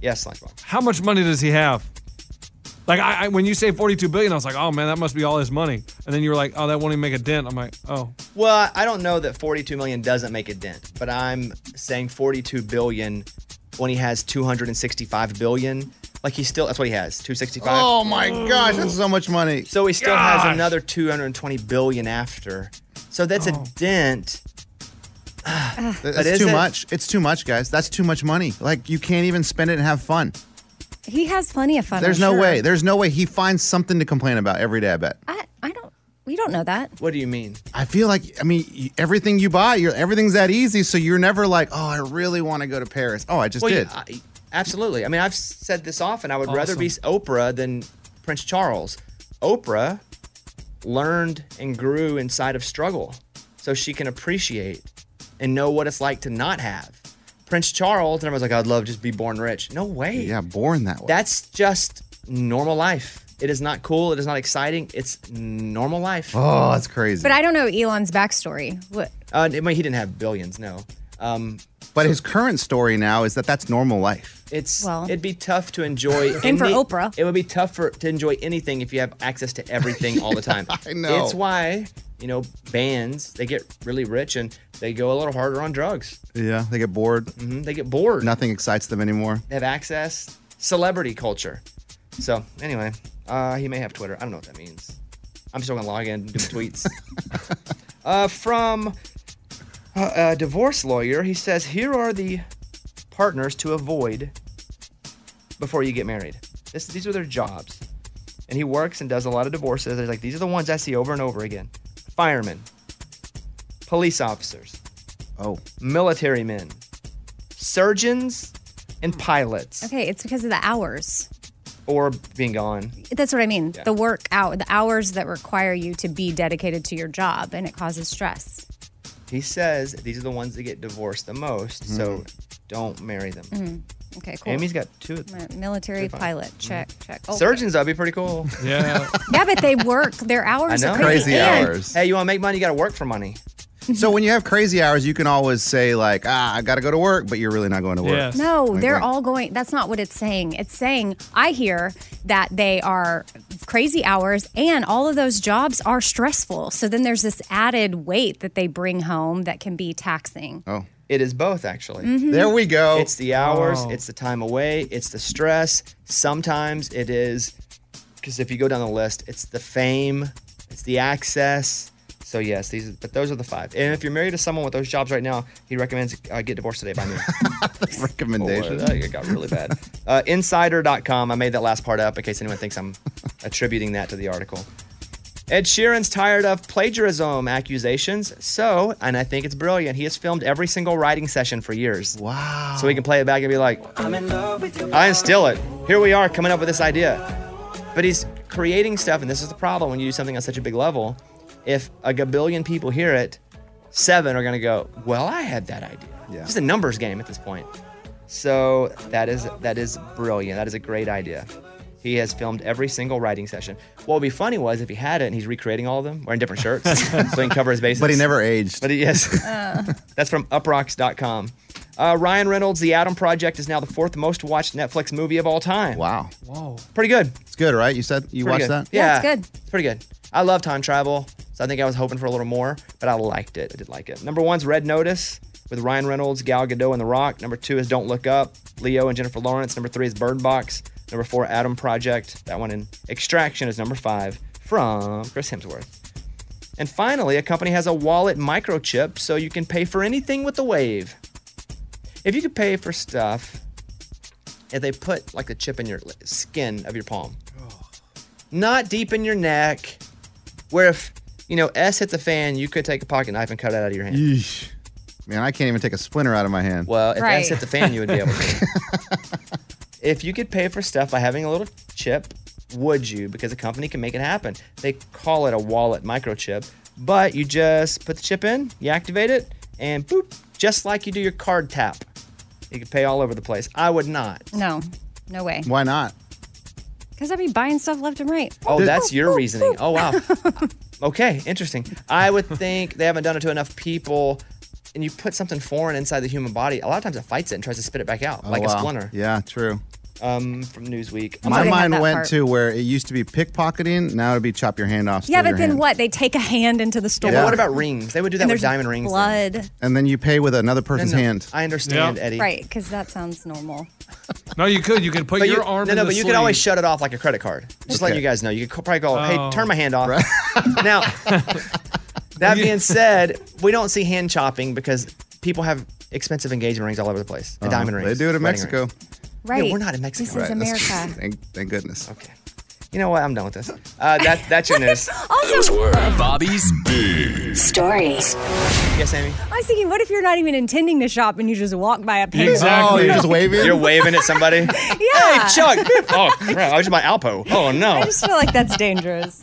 Speaker 3: Yes, Lunchbox.
Speaker 4: How much money does he have? Like I, I when you say 42 billion, I was like, oh man, that must be all his money. And then you were like, oh, that won't even make a dent. I'm like, oh,
Speaker 3: Well, I don't know that 42 million doesn't make a dent, but I'm saying 42 billion when he has 265 billion. Like he still, that's what he has, 265.
Speaker 7: Oh my gosh, that's so much money.
Speaker 3: So he still
Speaker 7: Gosh.
Speaker 3: has another 220 billion after. So that's a dent.
Speaker 7: Oh. That's
Speaker 3: But is
Speaker 7: too
Speaker 3: it?
Speaker 7: much. It's too much, guys. That's too much money. Like you can't even spend it and have fun.
Speaker 1: He has plenty of fun.
Speaker 7: There's
Speaker 1: I'm
Speaker 7: no
Speaker 1: sure.
Speaker 7: way. There's no way he finds something to complain about every day. I bet.
Speaker 1: We don't know that.
Speaker 3: What do you mean?
Speaker 7: I feel like I mean you- everything you buy, you're, everything's that easy. So you're never like, oh, I really want to go to Paris. Oh, I just
Speaker 3: Well,
Speaker 7: did.
Speaker 3: yeah, I- absolutely. I mean, I've said this often. I would rather be
Speaker 7: Awesome.
Speaker 3: Oprah than Prince Charles. Oprah learned and grew inside of struggle so she can appreciate and know what it's like to not have. Prince Charles, and everyone's like, I'd love to just be born rich. No way.
Speaker 7: yeah, born that way.
Speaker 3: That's just normal life. It is not cool. It is not exciting. It's normal life.
Speaker 7: Oh, that's crazy.
Speaker 1: But I don't know Elon's backstory. What?
Speaker 3: Uh, I mean, he didn't have billions, no. Um,
Speaker 7: But his current story now is that that's normal life.
Speaker 3: It's it'd be tough to enjoy.
Speaker 1: And for
Speaker 3: Oprah, it would be tough for to enjoy anything if you have access to everything all the time.
Speaker 7: I know.
Speaker 3: It's why you know bands they get really rich and they go a little harder on drugs.
Speaker 7: Yeah, they get bored.
Speaker 3: Mm-hmm, they get bored.
Speaker 7: Nothing excites them anymore.
Speaker 3: They have access celebrity culture. So anyway, uh, he may have Twitter. I don't know what that means. I'm still gonna log in and do my tweets. uh, from uh, a divorce lawyer, he says here are the partners to avoid before you get married. This, these are their jobs. And he works and does a lot of divorces. He's like, these are the ones I see over and over again firemen, police officers,
Speaker 7: oh,
Speaker 3: military men, surgeons, and pilots,
Speaker 1: Okay, it's because of the hours.
Speaker 3: or being gone.
Speaker 1: That's what I mean.
Speaker 3: Yeah.
Speaker 1: The work out, the hours that require you to be dedicated to your job, and it causes stress.
Speaker 3: He says these are the ones that get divorced the most, so don't marry them.
Speaker 1: Mm. Okay, cool.
Speaker 3: Amy's got two of them.
Speaker 1: My military
Speaker 3: Two fine.
Speaker 1: pilot. Check, check. Oh,
Speaker 3: Surgeons, that'd be pretty cool. Yeah.
Speaker 1: Yeah, but they work. Their hours are crazy. And-
Speaker 3: Hey, you want to make money, you got to work for money.
Speaker 7: so when you have crazy hours, you can always say like, ah, I got to go to work, but you're really not going to work.
Speaker 1: No,
Speaker 7: Like
Speaker 1: they're
Speaker 7: that.
Speaker 1: all going. That's not what it's saying. It's saying I hear that they are crazy hours and all of those jobs are stressful. So then there's this added weight that they bring home that can be taxing.
Speaker 7: Oh.
Speaker 3: It is both, actually.
Speaker 1: Mhm. There
Speaker 7: we go.
Speaker 3: It's the hours,
Speaker 1: Oh.
Speaker 3: it's the time away, it's the stress. Sometimes it is, because if you go down the list, it's the fame, it's the access. So yes, these but those are the five. And if you're married to someone with those jobs right now, he recommends uh, get divorced today by me.
Speaker 7: recommendation.
Speaker 3: Boy, Oh, that got really bad. Uh, insider.com. I made that last part up in case anyone thinks I'm attributing that to the article. Ed Sheeran's tired of plagiarism accusations, so, and I think it's brilliant, he has filmed every single writing session for years.
Speaker 7: Wow.
Speaker 3: So he can play it back and be like, I didn't steal it. Here we are coming up with this idea. But he's creating stuff, and this is the problem when you do something on such a big level. If a gabillion people hear it, seven are going to go, Well, I had that idea.
Speaker 7: Yeah.
Speaker 3: It's a numbers game at this point. So that is that is brilliant. That is a great idea. He has filmed every single writing session. What would be funny was if he had it and he's recreating all of them wearing different shirts so he can cover his bases.
Speaker 7: But he never aged.
Speaker 3: But he, yes.
Speaker 1: Uh,
Speaker 3: That's from uprocks.com. Uh, Ryan Reynolds, The Adam Project is now the fourth most watched Netflix movie of all time.
Speaker 7: Wow.
Speaker 3: Whoa. Pretty good.
Speaker 7: It's good, right? You said you watched
Speaker 3: Pretty good.
Speaker 7: that.
Speaker 3: Yeah, it's good. It's pretty good. I love time travel, so I think I was hoping for a little more, but I liked it. I did like it. Number one's Red Notice with Ryan Reynolds, Gal Gadot, and The Rock. Number two is Don't Look Up, Leo and Jennifer Lawrence. Number three is Bird Box. Number four, Adam Project. That one in Extraction is number five from Chris Hemsworth. And finally, a company has a wallet microchip so you can pay for anything with the wave. If you could pay for stuff, if they put like a chip in your li- skin of your palm, not deep in your neck, where if you know S hits a fan, you could take a pocket knife and cut it out of your hand.
Speaker 7: Yeesh. Man, I can't even take a splinter out of my hand.
Speaker 3: Well, if S hits a fan, you would be able to. if you could pay for stuff by having a little chip, would you? Because a company can make it happen. They call it a wallet microchip, but you just put the chip in, you activate it, and boop, just like you do your card tap. You could pay all over the place. I would not.
Speaker 1: No, no way.
Speaker 3: Why not?
Speaker 1: Because I'd be buying stuff left and right.
Speaker 3: Oh, that's your reasoning. Oh, wow. okay, interesting. I would think they haven't done it to enough people. And you put something foreign inside the human body. A lot of times it fights it and tries to spit it back out
Speaker 7: Oh,
Speaker 3: like a
Speaker 7: wow.
Speaker 3: splinter.
Speaker 7: Yeah, true.
Speaker 3: Um, from Newsweek.
Speaker 7: My mind went to where it used to be pickpocketing, now it'd be chop your hand off.
Speaker 1: yeah,
Speaker 7: steal
Speaker 1: but
Speaker 7: your
Speaker 1: then
Speaker 7: hand.
Speaker 1: what? They take a hand into the store.
Speaker 7: but what about
Speaker 3: rings? They would do
Speaker 7: that with diamond rings, though.
Speaker 1: Blood.
Speaker 7: And then you pay with another person's
Speaker 3: no.
Speaker 7: hand.
Speaker 3: I understand, Eddie.
Speaker 1: Right, because that sounds normal.
Speaker 4: No, you could. You could put
Speaker 3: But
Speaker 4: your
Speaker 3: you-
Speaker 4: arm
Speaker 3: no,
Speaker 4: in
Speaker 3: no,
Speaker 4: the
Speaker 3: but you could always
Speaker 4: sleeve.
Speaker 3: shut it off like a credit card. Just letting
Speaker 4: Okay.
Speaker 3: you guys know. You could probably go, hey,
Speaker 4: Oh.
Speaker 3: turn my hand off. now, that being said, we don't see hand chopping because people have expensive engagement rings all over the place. The
Speaker 7: Uh-huh.
Speaker 3: diamond
Speaker 7: They
Speaker 3: rings.
Speaker 7: do it in
Speaker 3: wedding rings.
Speaker 7: Mexico.
Speaker 1: Right.
Speaker 3: we're not in Mexico.
Speaker 1: This is America.
Speaker 7: thank, thank goodness.
Speaker 3: Okay. You know what? I'm done with this. Uh, that, that's your news.
Speaker 1: Those
Speaker 17: were Bobby's big
Speaker 1: Stories.
Speaker 3: Yes, Amy.
Speaker 1: I was thinking, what if you're not even intending to shop and you just walk by a paper?
Speaker 3: Oh, You're waving at somebody. yeah. Hey, Chuck. Oh, crap, I was just my Alpo. Oh
Speaker 1: I
Speaker 3: no.
Speaker 1: just feel like that's dangerous.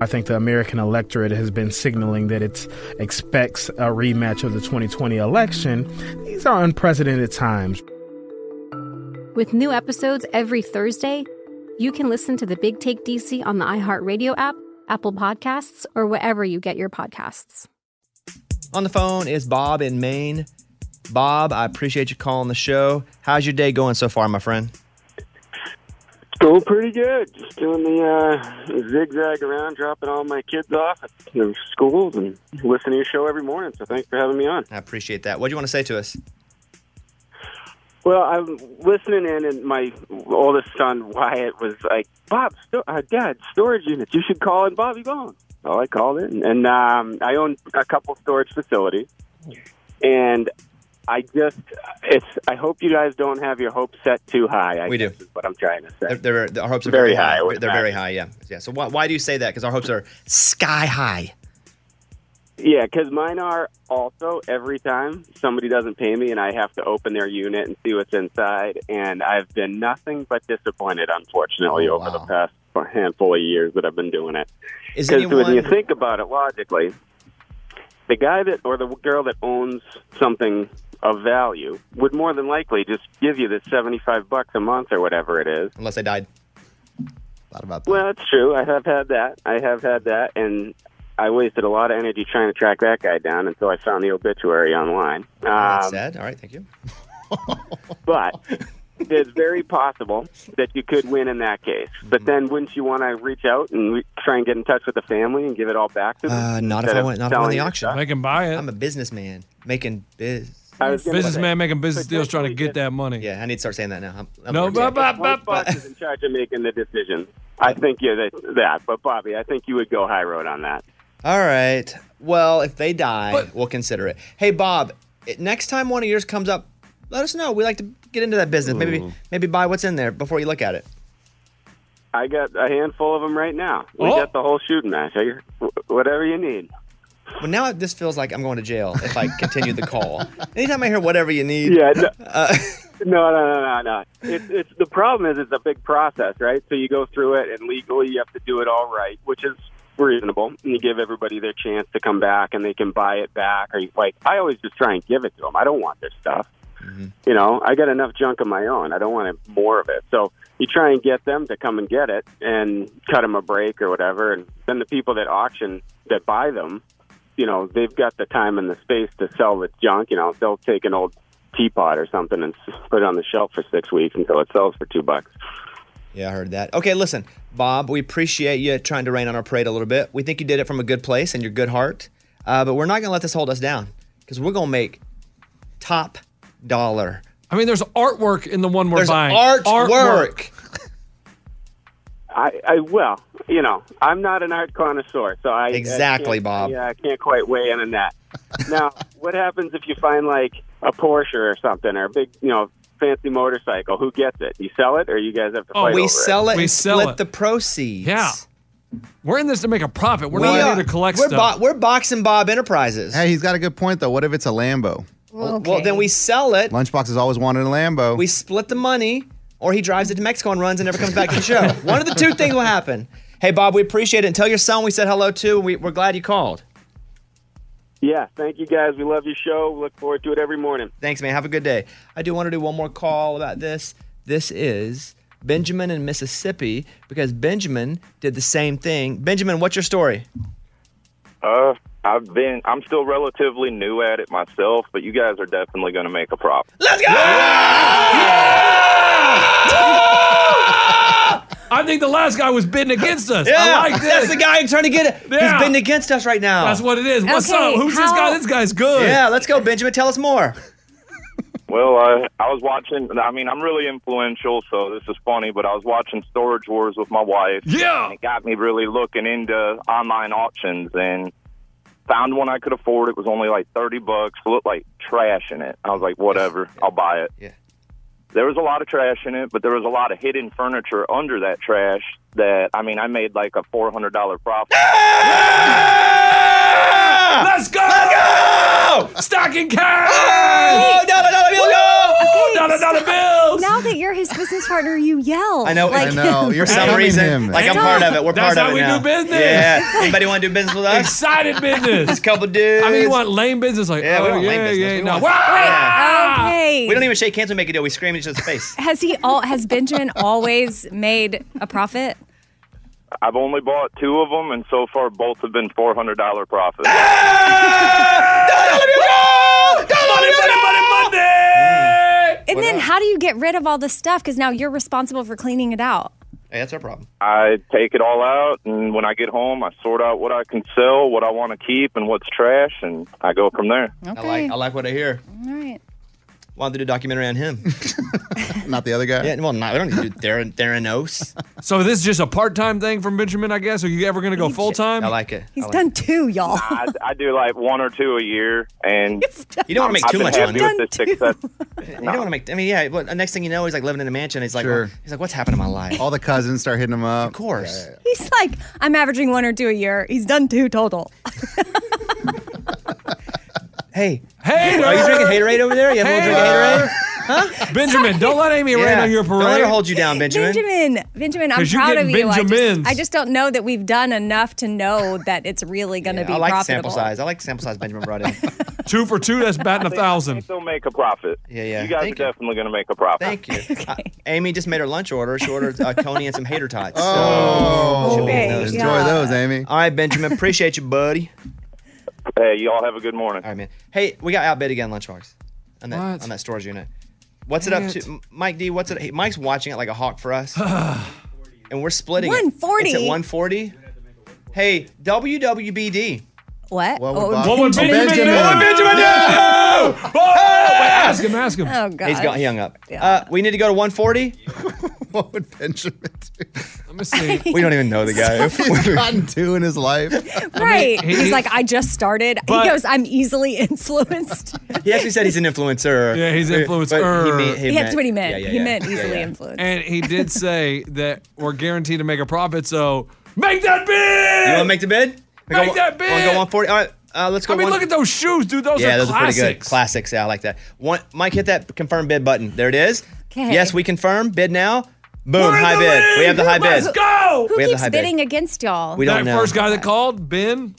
Speaker 15: I think the American electorate has been signaling that it expects a rematch of the 2020 election. These are unprecedented times.
Speaker 16: With new episodes every Thursday, you can listen to the Big Take DC on the iHeartRadio app, Apple Podcasts, or wherever you get your podcasts.
Speaker 3: On the phone is Bob in Maine. Bob, I appreciate you calling the show. How's your day going so far, my friend?
Speaker 20: Going pretty good. Just doing the uh, zigzag around, dropping all my kids off at their schools, and listening to your show every morning. So thanks for having me on.
Speaker 3: I appreciate that. What do you want to say to us?
Speaker 20: Well, I'm listening in, and my oldest son Wyatt was like, "Bob, sto- uh, Dad, storage units. You should call in Bobby Bones." Well, I called in, and um, I own a couple storage facilities, and I just it's. I hope you guys don't have your hopes set too high. I
Speaker 3: We
Speaker 20: guess do. Is what I'm trying to say.
Speaker 3: They're, they're- our hopes are
Speaker 20: Very
Speaker 3: very,
Speaker 20: high,
Speaker 3: high.
Speaker 20: wouldn't
Speaker 3: They're very
Speaker 20: matter.
Speaker 3: high. Yeah, yeah. So why, why do you say that? Because our hopes are sky high.
Speaker 20: Yeah, because mine are also every time somebody doesn't pay me and I have to open their unit and see what's inside. And I've been nothing but disappointed, unfortunately, over the past handful of years that I've been doing it.
Speaker 3: Is
Speaker 20: Because when you
Speaker 3: anyone-
Speaker 20: think about it logically, the guy that or the girl that owns something of value would more than likely just give you the 75 bucks a month or whatever it is.
Speaker 3: Unless they died. Thought about
Speaker 20: Well, it's true. I have had that. I have had that, and I wasted a lot of energy trying to track that guy down until I found the obituary online. Um,
Speaker 3: That's sad. All right, thank you.
Speaker 20: but it's very possible that you could win in that case.
Speaker 3: Mm-hmm.
Speaker 20: But then, wouldn't you want to reach out and re- try and get in touch with the family and give it all back to them?
Speaker 3: Uh, not if
Speaker 20: instead
Speaker 3: I
Speaker 20: of
Speaker 3: went. Not if I won
Speaker 20: selling
Speaker 3: the
Speaker 20: your
Speaker 3: auction.
Speaker 20: stuff?
Speaker 3: I
Speaker 4: can buy it.
Speaker 3: I'm a businessman making biz.
Speaker 20: I was gonna
Speaker 4: Businessman
Speaker 20: say,
Speaker 4: making business deals trying to get that money.
Speaker 3: Yeah, I need to start saying that now. I'm, I'm
Speaker 4: No,
Speaker 3: learning.
Speaker 4: but- but-
Speaker 20: Bob Fox is in charge of making the decision. I think you're the, that, but Bobby, I think you would go high road on that.
Speaker 3: All right. Well, if they die, we'll consider it. Hey, Bob, it- next time one of yours comes up, let us know. We like to get into that business. Maybe maybe buy what's in there before you look at it.
Speaker 20: I got a handful of them right now. We
Speaker 3: Oh.
Speaker 20: got the whole shooting match. I, wh- whatever you need.
Speaker 3: Well, now this feels like I'm going to jail if I continue the call. Anytime I hear whatever you need.
Speaker 20: Yeah. No,
Speaker 4: Uh.
Speaker 20: no, no, no, no. no. It's, it's the problem is it's a big process, right? So you go through it, and legally you have to do it all right, which is reasonable, and you give everybody their chance to come back, and they can buy it back. Or you, like, I always just try and give it to them. I don't want their stuff. You know, I got enough junk of my own. I don't want more of it. So you try and get them to come and get it, and cut them a break or whatever. And then the people that auction that buy them, you know, they've got the time and the space to sell the junk. You know, they'll take an old teapot or something and s- put it on the shelf for six weeks until it sells for two bucks.
Speaker 3: Yeah, I heard that. Okay, listen, Bob, we appreciate you trying to rain on our parade a little bit. We think you did it from a good place and your good heart, uh, but we're not going to let this hold us down because we're going to make top dollar.
Speaker 4: I mean, there's artwork in the one we're
Speaker 3: There's
Speaker 4: buying.
Speaker 3: artwork.
Speaker 20: I, I well, you know, I'm not an art connoisseur, so I I
Speaker 3: Exactly,
Speaker 20: can't-
Speaker 3: Bob.
Speaker 20: Yeah, I can't quite weigh in on that. now, what happens if you find like a Porsche or something or a big, you know, fancy motorcycle? Who gets it? You sell it, or you guys have to
Speaker 3: Oh,
Speaker 20: fight
Speaker 3: we
Speaker 20: over
Speaker 3: sell it
Speaker 20: it?
Speaker 3: and split the proceeds.
Speaker 4: Yeah. We're in this to make a profit. We're
Speaker 3: We
Speaker 4: not
Speaker 3: are-
Speaker 4: here to collect
Speaker 3: we're
Speaker 4: stuff.
Speaker 3: bo- we're boxing Bob Enterprises.
Speaker 7: Hey, he's got a good point though. What if it's a Lambo?
Speaker 3: Well, well, then we sell it.
Speaker 7: Lunchbox has always wanted a Lambo.
Speaker 3: We split the money, or he drives it to Mexico and runs and never comes back to the show. One of the two things will happen. Hey, Bob, we appreciate it. And tell your son we said hello too. We, we're glad you called.
Speaker 20: Yeah, thank you guys. We love your show. Look forward to it every morning.
Speaker 3: Thanks, man. Have a good day. I do want to do one more call about this. This is Benjamin in Mississippi because Benjamin did the same thing. Benjamin, what's your story?
Speaker 18: Uh, I've been. I'm still relatively new at it myself, but you guys are definitely going to make a profit.
Speaker 3: Let's
Speaker 18: go!
Speaker 4: I think the last guy was bidding against us.
Speaker 18: Yeah,
Speaker 4: I like this.
Speaker 18: that's the
Speaker 3: guy I'm trying to get it.
Speaker 4: Yeah.
Speaker 3: He's been against us right now.
Speaker 4: That's what it is. What's Okay, up? Who's this how- guy? This guy's good.
Speaker 3: Yeah, let's go, Benjamin. Tell us more.
Speaker 18: Well, I I was watching. I mean, I'm really influential, so this is funny. But I was watching Storage Wars with my wife.
Speaker 4: Yeah,
Speaker 18: and it got me really looking into online auctions and found one I could afford. It was only like thirty bucks. Looked like trash in it. I was like, whatever, I'll buy it.
Speaker 3: Yeah.
Speaker 18: There was a lot of trash in it, but there was a lot of hidden furniture under that trash. That I mean, I made like a four hundred dollar profit.
Speaker 4: Ah, Let's go! Let's
Speaker 18: go!
Speaker 4: go! Stocking cash!
Speaker 17: Oh, dollar, dollar bill, go!
Speaker 4: Woo! Dollar, dollar bills!
Speaker 17: Now that you're his business partner, you
Speaker 4: Oh,
Speaker 17: yell.
Speaker 3: I know.
Speaker 17: Like,
Speaker 3: I know. You're some reason. Like I'm part of it. We're
Speaker 4: That's
Speaker 3: part of
Speaker 4: how
Speaker 3: it
Speaker 4: we
Speaker 3: now.
Speaker 4: do business.
Speaker 3: Yeah. Anybody want to do business with us?
Speaker 4: Excited business.
Speaker 3: Just a couple dudes.
Speaker 4: I mean, you want lame business like,
Speaker 3: Yeah,
Speaker 4: oh,
Speaker 3: we want
Speaker 4: yeah,
Speaker 3: lame business.
Speaker 4: yeah,
Speaker 3: we
Speaker 4: no.
Speaker 3: want,
Speaker 4: Wah!
Speaker 17: Okay.
Speaker 3: We don't even shake hands. We make a deal. We scream in each other's face.
Speaker 17: Has he all? Has Benjamin always made a profit?
Speaker 18: I've only bought two of them, and so far both have been four hundred dollar profit.
Speaker 17: And then how do you get rid of all this stuff? Because now you're responsible for cleaning it out.
Speaker 3: Hey, that's our problem.
Speaker 18: I take it all out, and when I get home, I sort out what I can sell, what I want to keep, and what's trash, and I go from there.
Speaker 3: I like. I like what I hear.
Speaker 17: All right.
Speaker 3: Wanted to do a documentary on him,
Speaker 7: not the other guy.
Speaker 3: Yeah. Well, not. We don't need to do Theran, Theranos.
Speaker 4: So this is just a part-time thing from Benjamin, I guess. Are you ever going to go full-time? I
Speaker 3: like it.
Speaker 17: He's done two, y'all.
Speaker 18: I, I do like one or two a year, and
Speaker 3: You don't wanna make
Speaker 18: I've
Speaker 3: too
Speaker 18: been
Speaker 3: much
Speaker 18: happy
Speaker 3: money.
Speaker 18: with the success.
Speaker 3: You don't want to make. I mean, yeah. Well, next thing you know, he's like living in a mansion. He's like,
Speaker 7: Sure.
Speaker 3: oh, he's like, what's happened to my life?
Speaker 7: All the cousins start hitting him up. Of
Speaker 3: course.
Speaker 17: He's like, I'm averaging one or two a year. He's done two total.
Speaker 3: Hey,
Speaker 4: Hater!
Speaker 3: Are you drinking Haterade over there? You have a little drink of Haterade?
Speaker 4: Huh? uh, Benjamin, don't let Amy rain on your
Speaker 3: Don't
Speaker 4: parade.
Speaker 3: let her hold you down, Benjamin.
Speaker 17: Benjamin, Benjamin, I'm
Speaker 4: 'Cause you're
Speaker 17: proud of
Speaker 4: getting
Speaker 17: you. I just,
Speaker 4: Benjamins.
Speaker 17: I just don't know that we've done enough to know that it's really going to
Speaker 3: Yeah,
Speaker 17: be
Speaker 3: I like the
Speaker 17: profitable.
Speaker 3: sample size. I like the sample size Benjamin brought in.
Speaker 4: two for two, that's batting a
Speaker 18: I
Speaker 4: thousand.
Speaker 18: think they'll make a profit.
Speaker 3: Yeah, yeah.
Speaker 18: You guys
Speaker 3: Thank
Speaker 18: are definitely going to make a profit.
Speaker 3: Thank you. Uh, Amy just made her lunch order. She ordered a Coney and some hater tots. So
Speaker 7: Oh,
Speaker 3: she'll be eating
Speaker 7: enjoy those, Amy.
Speaker 3: All right, Benjamin. Appreciate you, buddy.
Speaker 18: Hey, y'all have a good morning.
Speaker 3: All right, man. Hey, we got outbid again, Lunchbox, on that
Speaker 18: What?
Speaker 3: on that storage unit. What's it
Speaker 18: Dang
Speaker 3: up
Speaker 18: it.
Speaker 3: to, M- Mike D? What's it? Hey, Mike's watching it like a hawk for us, and we're splitting. it.
Speaker 17: 140?
Speaker 3: It's at one forty. Hey, WWBD.
Speaker 17: What?
Speaker 3: What
Speaker 17: would
Speaker 4: What would Benjamin, do? What would Benjamin do? Oh, wait, ask him, ask him.
Speaker 17: Oh, God.
Speaker 3: He's gone. He hung up. Uh, we need to go to 140.
Speaker 7: what would Benjamin do?
Speaker 4: Let me see.
Speaker 3: We don't even know the guy.
Speaker 7: He's gotten two in his life.
Speaker 17: Right.
Speaker 3: he-
Speaker 17: He's
Speaker 3: he-
Speaker 17: like, I just started.
Speaker 3: But-
Speaker 17: he goes, I'm easily influenced.
Speaker 3: He actually said he's an influencer. Yeah,
Speaker 4: he's
Speaker 3: He
Speaker 4: influencer.
Speaker 3: meant, he
Speaker 17: He
Speaker 3: meant,
Speaker 17: That's what he meant.
Speaker 4: yeah,
Speaker 17: he
Speaker 4: yeah.
Speaker 17: meant
Speaker 4: Yeah,
Speaker 17: easily
Speaker 4: yeah.
Speaker 17: influenced.
Speaker 4: And he did say that we're guaranteed to make a profit, so make that bid!
Speaker 3: You want to make the bid? We
Speaker 4: Make
Speaker 3: go,
Speaker 4: that
Speaker 3: Want to
Speaker 4: bid!
Speaker 3: go 140? All right. Uh, let's go.
Speaker 4: I mean,
Speaker 3: one-
Speaker 4: look at those shoes, dude. Those
Speaker 3: yeah,
Speaker 4: are
Speaker 3: those
Speaker 4: classics.
Speaker 3: are pretty good. Classics. Yeah, I like that. One, Mike, hit that confirm bid button. There it is.
Speaker 17: 'Kay.
Speaker 3: Yes, we confirm. Bid now. Boom.
Speaker 4: We're in
Speaker 3: high
Speaker 4: the
Speaker 3: bid. We
Speaker 4: lead!
Speaker 3: have the high
Speaker 4: Let's
Speaker 3: bid.
Speaker 4: go!
Speaker 17: Who
Speaker 3: We have the
Speaker 17: keeps
Speaker 3: high bid.
Speaker 17: bidding against y'all?
Speaker 3: We don't
Speaker 4: that
Speaker 3: know.
Speaker 4: first guy that called, Ben.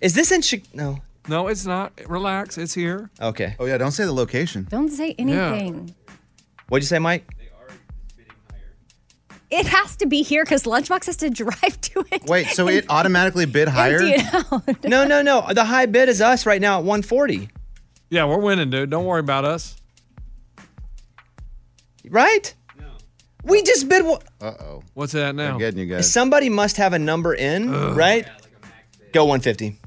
Speaker 3: Is this in Chicago? No.
Speaker 4: No, it's not. Relax, it's here.
Speaker 3: Okay.
Speaker 7: Oh, yeah, don't say the location.
Speaker 17: Don't say anything.
Speaker 3: What'd you say, Mike?
Speaker 17: It has to be here because Lunchbox has to drive to it.
Speaker 7: Wait, so it automatically bid higher?
Speaker 17: Empty it out.
Speaker 3: No, no, no. The high bid is us right now at 140.
Speaker 4: Yeah, we're winning, dude. Don't worry about us.
Speaker 3: Right? No. We just bid. One-
Speaker 7: Uh oh.
Speaker 4: What's that now?
Speaker 7: I'm getting you guys.
Speaker 3: Somebody must have a number in,
Speaker 7: Ugh.
Speaker 3: right? Go 150.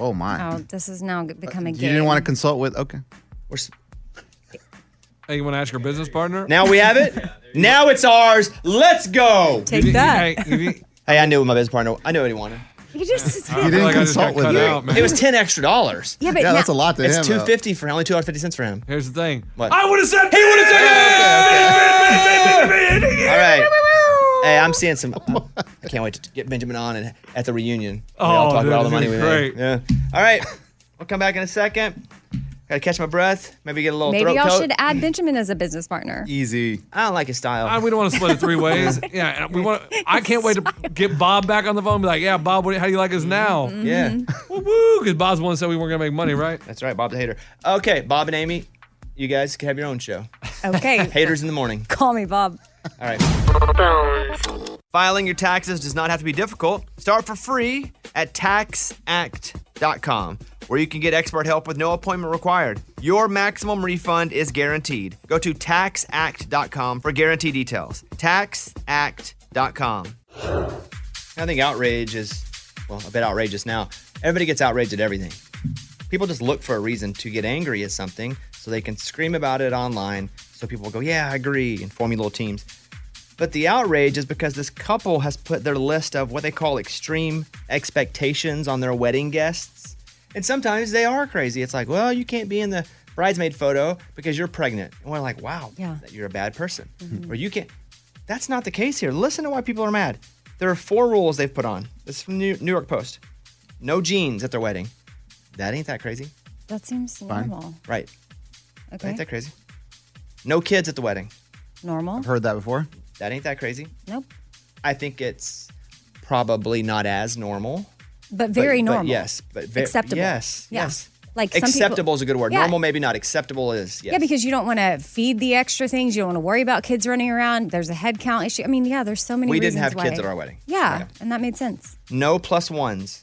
Speaker 7: Oh, my.
Speaker 17: Oh, this is now becoming.
Speaker 7: you didn't want to consult with. Okay.
Speaker 3: We're
Speaker 4: Hey, you want to ask your business partner?
Speaker 3: Now we have it. now it's ours. Let's go.
Speaker 4: Take You- you- that.
Speaker 3: Hey, I knew my business partner. I knew what he wanted.
Speaker 17: You just.
Speaker 4: I feel didn't like I just consult got with cut him. out, man.
Speaker 3: It was ten extra dollars.
Speaker 17: Yeah, but Yeah, that's now- a lot to
Speaker 3: it's
Speaker 4: him, though.
Speaker 3: two fifty for only two dollars fifty cents for him.
Speaker 4: Here's the thing.
Speaker 3: What?
Speaker 4: I would have said
Speaker 3: He would have
Speaker 4: said
Speaker 3: All right. Hey, I'm seeing some. uh, I can't wait to get Benjamin on and at the reunion. We all
Speaker 4: Oh,
Speaker 3: talk
Speaker 4: dude,
Speaker 3: about all the money
Speaker 4: this
Speaker 3: we
Speaker 4: is
Speaker 3: made. Yeah. All right. We'll come back in a second. Gotta catch my breath. Maybe get a little
Speaker 17: Maybe
Speaker 3: throat
Speaker 17: y'all
Speaker 3: coat.
Speaker 17: should add Benjamin as a business partner.
Speaker 7: Easy.
Speaker 3: I don't like his style.
Speaker 4: Ah, we don't want to split it three ways. Yeah, and we want. I can't wait to get Bob back on the phone. And be like, yeah, Bob, what, how do you like us now?
Speaker 3: Mm-hmm. Yeah.
Speaker 4: Woo woo. Because Bob's the one that said we weren't gonna make money, right?
Speaker 3: That's right, Bob the hater. Okay, Bob and Amy, you guys can have your own show.
Speaker 17: Okay.
Speaker 3: Haters in the morning.
Speaker 17: Call me Bob.
Speaker 3: All right. Filing your taxes does not have to be difficult. Start for free at taxact.com, where you can get expert help with no appointment required. Your maximum refund is guaranteed. Go to taxact.com for guarantee details. Taxact.com. I think outrage is, well, a bit outrageous now. Everybody gets outraged at everything. People just look for a reason to get angry at something so they can scream about it online. So people will go, yeah, I agree, and form little teams. But the outrage is because this couple has put their list of what they call extreme expectations on their wedding guests. And sometimes they are crazy. It's like, well, you can't be in the bridesmaid photo because you're pregnant. And we're like, wow,
Speaker 17: Yeah.
Speaker 3: that you're a bad person. Or you can't. That's not the case here. Listen to why people are mad. There are four rules they've put on. This is from New New York Post. No jeans at their wedding. That ain't that crazy.
Speaker 1: That seems normal.
Speaker 3: Right.
Speaker 1: Okay.
Speaker 3: Ain't that crazy? No kids at the wedding.
Speaker 1: normal.
Speaker 3: Heard that before? That ain't that crazy.
Speaker 1: Nope.
Speaker 3: I think it's probably not as normal.
Speaker 1: But very
Speaker 3: but
Speaker 1: normal.
Speaker 3: yes, but ve-
Speaker 1: acceptable.
Speaker 3: yes,
Speaker 1: Yeah.
Speaker 3: yes.
Speaker 1: Like some people-
Speaker 3: acceptable is a good word.
Speaker 1: Yeah.
Speaker 3: Normal, maybe not. Acceptable is yes.
Speaker 1: Yeah, because you don't want to feed the extra things. You don't want to worry about kids running around. There's a head count issue. I mean, yeah, there's so many.
Speaker 3: we didn't
Speaker 1: reasons
Speaker 3: have
Speaker 1: why.
Speaker 3: kids at our wedding.
Speaker 1: Yeah, and that made sense.
Speaker 3: No plus ones.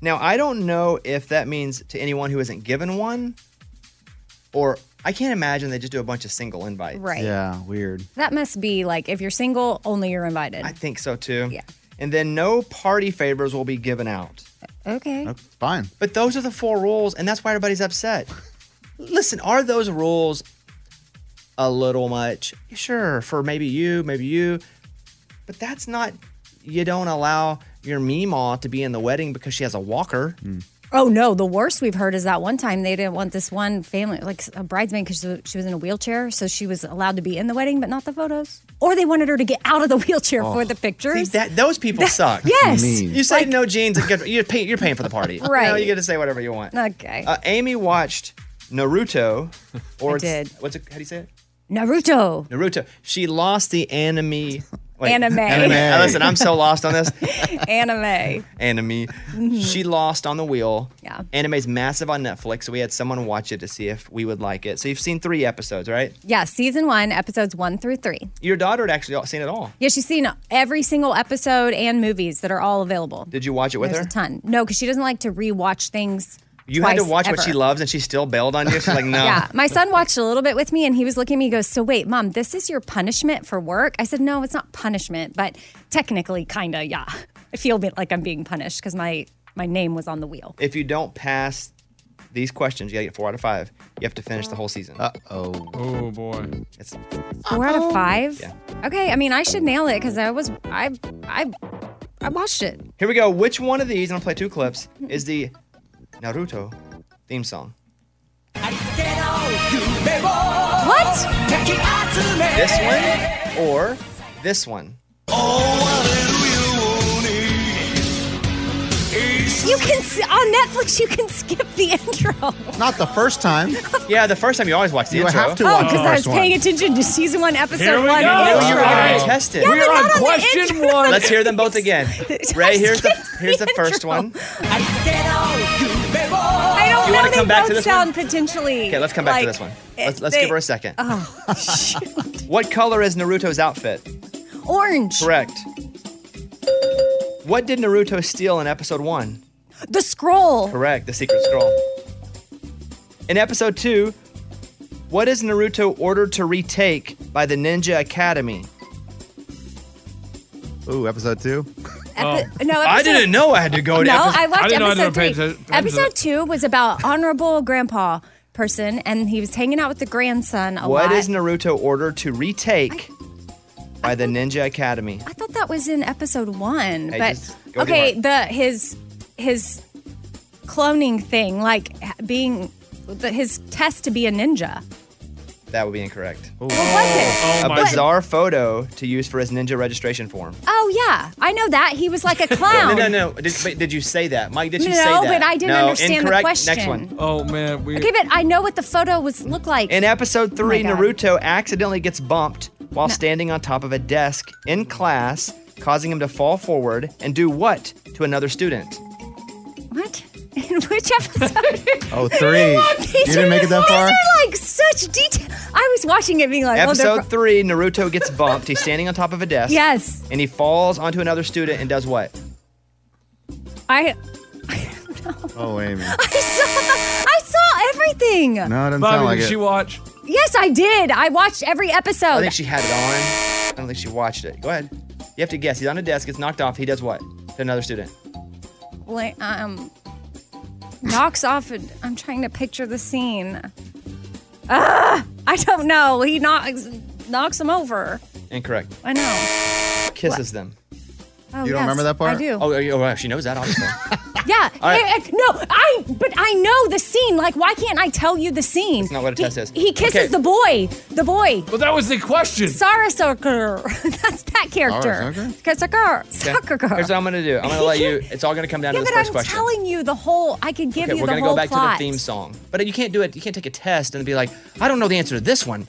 Speaker 3: Now, I don't know if that means to anyone who isn't given one, or I can't imagine they just do a bunch of single invites.
Speaker 1: Right.
Speaker 3: Yeah, weird.
Speaker 1: That must be like if you're single, only you're invited.
Speaker 3: I think so too. Yeah. And then no party favors will be given out.
Speaker 1: Okay.
Speaker 3: Fine. But those are the four rules, and that's why everybody's upset. Listen, are those rules a little much? Sure, for maybe you, maybe you, but that's not. You don't allow your Meemaw to be in the wedding because she has a walker.
Speaker 1: Oh no, the worst we've heard is that one time they didn't want this one family, like a bridesmaid, because she was in a wheelchair, so she was allowed to be in the wedding but not the photos. Or they wanted her to get out of the wheelchair for the pictures.
Speaker 3: Oh, That those people suck.
Speaker 1: yes. Mean.
Speaker 3: You say no jeans, it gets- you're, pay, you're paying for the party.
Speaker 1: Right.
Speaker 3: You, know, you get to say whatever you want.
Speaker 1: Okay.
Speaker 3: Uh, Amy watched Naruto, or
Speaker 1: I
Speaker 3: it's-
Speaker 1: did.
Speaker 3: what's it, how do you say it?
Speaker 1: Naruto.
Speaker 3: Naruto. She lost the anime.
Speaker 1: Anime.
Speaker 3: Now, Listen, I'm so lost on this
Speaker 1: Anime.
Speaker 3: anime.
Speaker 1: Mhm.
Speaker 3: She lost on the wheel.
Speaker 1: Yeah.
Speaker 3: Anime's massive on Netflix, so we had someone watch it to see if we would like it. So you've seen three episodes, right?
Speaker 1: Yeah, season one, episodes one through three.
Speaker 3: Your daughter had actually all- seen it all.
Speaker 1: Yeah, she's seen every single episode and movies that are all available.
Speaker 3: Did you watch it with
Speaker 1: There's
Speaker 3: her?
Speaker 1: a ton. No, because she doesn't like to rewatch things.
Speaker 3: You had to
Speaker 1: twice
Speaker 3: watch what
Speaker 1: ever.
Speaker 3: she loves, and she still bailed on you. She's like, no.
Speaker 1: Yeah, my son watched a little bit with me, and he was looking at me. He goes, "So wait, mom, this is your punishment for work?" I said, "No, it's not punishment, but technically, kinda, yeah. I feel a bit like I'm being punished because my my name was on the wheel."
Speaker 3: If you don't pass these questions, you gotta get four out of five. You have to finish the whole season. Uh oh. Oh boy. It's
Speaker 1: Four out
Speaker 3: Oh.
Speaker 1: of five. Okay, I mean, I should nail it because I was I I I watched it.
Speaker 3: Here we go. Which one of these, and I'll play two clips, is the Naruto theme song?
Speaker 1: What?
Speaker 3: This one or this one?
Speaker 1: You can s- on Netflix. You can skip the intro.
Speaker 3: Not the first time. yeah, the first time you always watch the
Speaker 1: You
Speaker 3: intro.
Speaker 1: have to Oh, watch the 'cause I first was one. paying attention to season one, episode
Speaker 3: Here we
Speaker 1: one.
Speaker 3: Go.
Speaker 1: and the
Speaker 3: You
Speaker 1: intro.
Speaker 3: are tested.
Speaker 1: Yeah, but not on the intro.
Speaker 3: Let's hear them both again. Ray, here's the here's the first one.
Speaker 1: I don't
Speaker 3: You
Speaker 1: know.
Speaker 3: wanna
Speaker 1: They
Speaker 3: come back to
Speaker 1: both
Speaker 3: this one?
Speaker 1: sound potentially.
Speaker 3: Okay, let's come back
Speaker 1: like,
Speaker 3: to this one. Let's, let's
Speaker 1: they-
Speaker 3: give her a second.
Speaker 1: Oh, shoot.
Speaker 3: What color is Naruto's outfit?
Speaker 1: Orange.
Speaker 3: Correct. What did Naruto steal in episode one?
Speaker 1: the scroll.
Speaker 3: Correct, the secret scroll. In episode two, what is Naruto ordered to retake by the Ninja Academy?
Speaker 7: Ooh, episode two.
Speaker 1: Epi- no,
Speaker 3: I
Speaker 1: episode-
Speaker 3: didn't know I had to go to
Speaker 1: no,
Speaker 3: episode.
Speaker 1: I watched episode three. episode two was about honorable grandpa person, and he was hanging out with the grandson a
Speaker 3: What
Speaker 1: lot.
Speaker 3: is Naruto ordered to retake by the Ninja Academy?
Speaker 1: I thought that was in episode one,
Speaker 3: Hey,
Speaker 1: but
Speaker 3: just go
Speaker 1: okay, the his his cloning thing, like h- being the, his test to be a ninja.
Speaker 3: That would be incorrect. What
Speaker 1: was it?
Speaker 3: A
Speaker 1: my-
Speaker 3: bizarre photo to use for his ninja registration form.
Speaker 1: Oh yeah, I know that he was like a clown.
Speaker 3: No, no, no. Did, wait, did you say that, Mike? Did you
Speaker 1: No,
Speaker 3: say that?
Speaker 1: but I didn't
Speaker 3: no,
Speaker 1: understand the
Speaker 3: incorrect. Next
Speaker 1: question.
Speaker 3: one. Oh man, we.
Speaker 1: Okay, but I know what the photo was looked like.
Speaker 3: In e- episode three,
Speaker 1: Oh God.
Speaker 3: Naruto accidentally gets bumped while standing on top of a desk in class, causing him to fall forward and do what to another
Speaker 1: Uh,
Speaker 3: student?
Speaker 1: oh, What? In which episode?
Speaker 7: Oh, three.
Speaker 1: These
Speaker 7: You didn't
Speaker 1: are-
Speaker 7: make it that far?
Speaker 1: These are like such detail. I was watching it being like, oh, they're
Speaker 3: episode three, Naruto gets bumped. He's standing on top of a
Speaker 1: pro-
Speaker 3: desk.
Speaker 1: yes.
Speaker 3: And he falls onto another student and does what?
Speaker 1: I
Speaker 7: Oh, Amy.
Speaker 1: I saw I saw everything.
Speaker 7: No, it doesn't
Speaker 24: Bobby,
Speaker 7: sound like
Speaker 24: did
Speaker 7: it.
Speaker 24: she watch?
Speaker 1: Yes, I did. I watched every
Speaker 3: I
Speaker 1: episode.
Speaker 3: think she had it on. I don't think she watched it. Go ahead. You have to guess. He's on a desk, gets knocked off. He does what to another student?
Speaker 1: Bla- um knocks off. A, I'm trying to picture the scene. Ah, I don't know. He knocks knocks him over.
Speaker 3: Incorrect.
Speaker 1: I know.
Speaker 3: Kisses them.
Speaker 1: Oh,
Speaker 25: you don't
Speaker 1: yes,
Speaker 25: remember that part?
Speaker 1: I do.
Speaker 3: Oh, you- oh, wow, she knows that, obviously.
Speaker 1: Yeah.
Speaker 3: All right.
Speaker 1: eh, eh, no, I. But I know the scene. Like, why can't I tell you the scene?
Speaker 3: That's not what a test is.
Speaker 1: He kisses
Speaker 3: Okay.
Speaker 1: the boy. The boy.
Speaker 4: Well, that was the question.
Speaker 1: Sarah Sucker. That's that
Speaker 7: Oh,
Speaker 1: character.
Speaker 3: Sarah
Speaker 1: Sucker.
Speaker 3: Okay.
Speaker 1: Sucker.
Speaker 3: Here's what I'm going to do. I'm going to let you, it's all going to come down
Speaker 1: Yeah,
Speaker 3: to
Speaker 1: but
Speaker 3: this
Speaker 1: I'm
Speaker 3: 1st question.
Speaker 1: telling you the whole. I could give
Speaker 3: okay,
Speaker 1: you
Speaker 3: we're
Speaker 1: the
Speaker 3: gonna
Speaker 1: whole
Speaker 3: go back
Speaker 1: plot.
Speaker 3: to the theme song. But you can't do it. You can't take a test and be like, I don't know the answer to this one,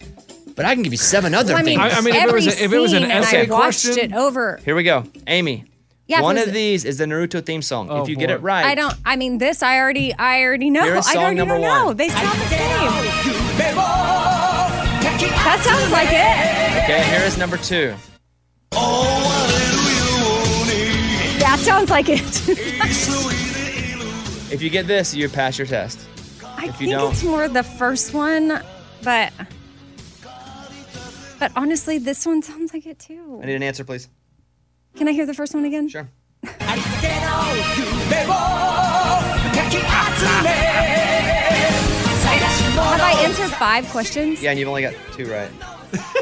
Speaker 3: but I can give you seven other
Speaker 1: I mean,
Speaker 3: things.
Speaker 1: I- I mean, if it was a- every if it was an scene, and essay I watched question- it over.
Speaker 3: Here we go. Amy,
Speaker 1: Yeah, if
Speaker 3: one
Speaker 1: it was
Speaker 3: of
Speaker 1: a-
Speaker 3: these is the Naruto theme song. if you get it right,
Speaker 1: I don't. I mean, this I already. I already know.
Speaker 3: Here is
Speaker 1: I
Speaker 3: song
Speaker 1: already
Speaker 3: number
Speaker 1: don't
Speaker 3: one.
Speaker 1: know. They sound the same. That sounds like it.
Speaker 3: Okay, here is number two.
Speaker 1: That sounds like it.
Speaker 3: If you get this, you pass your test.
Speaker 1: I
Speaker 3: if you
Speaker 1: think
Speaker 3: don't,
Speaker 1: it's more the first one, but but honestly, this one sounds like it too.
Speaker 3: I need an answer, please.
Speaker 1: Can I hear the first one again? Sure.
Speaker 3: Oh,
Speaker 1: Have I answered five questions?
Speaker 3: Yeah, and you've only got two right.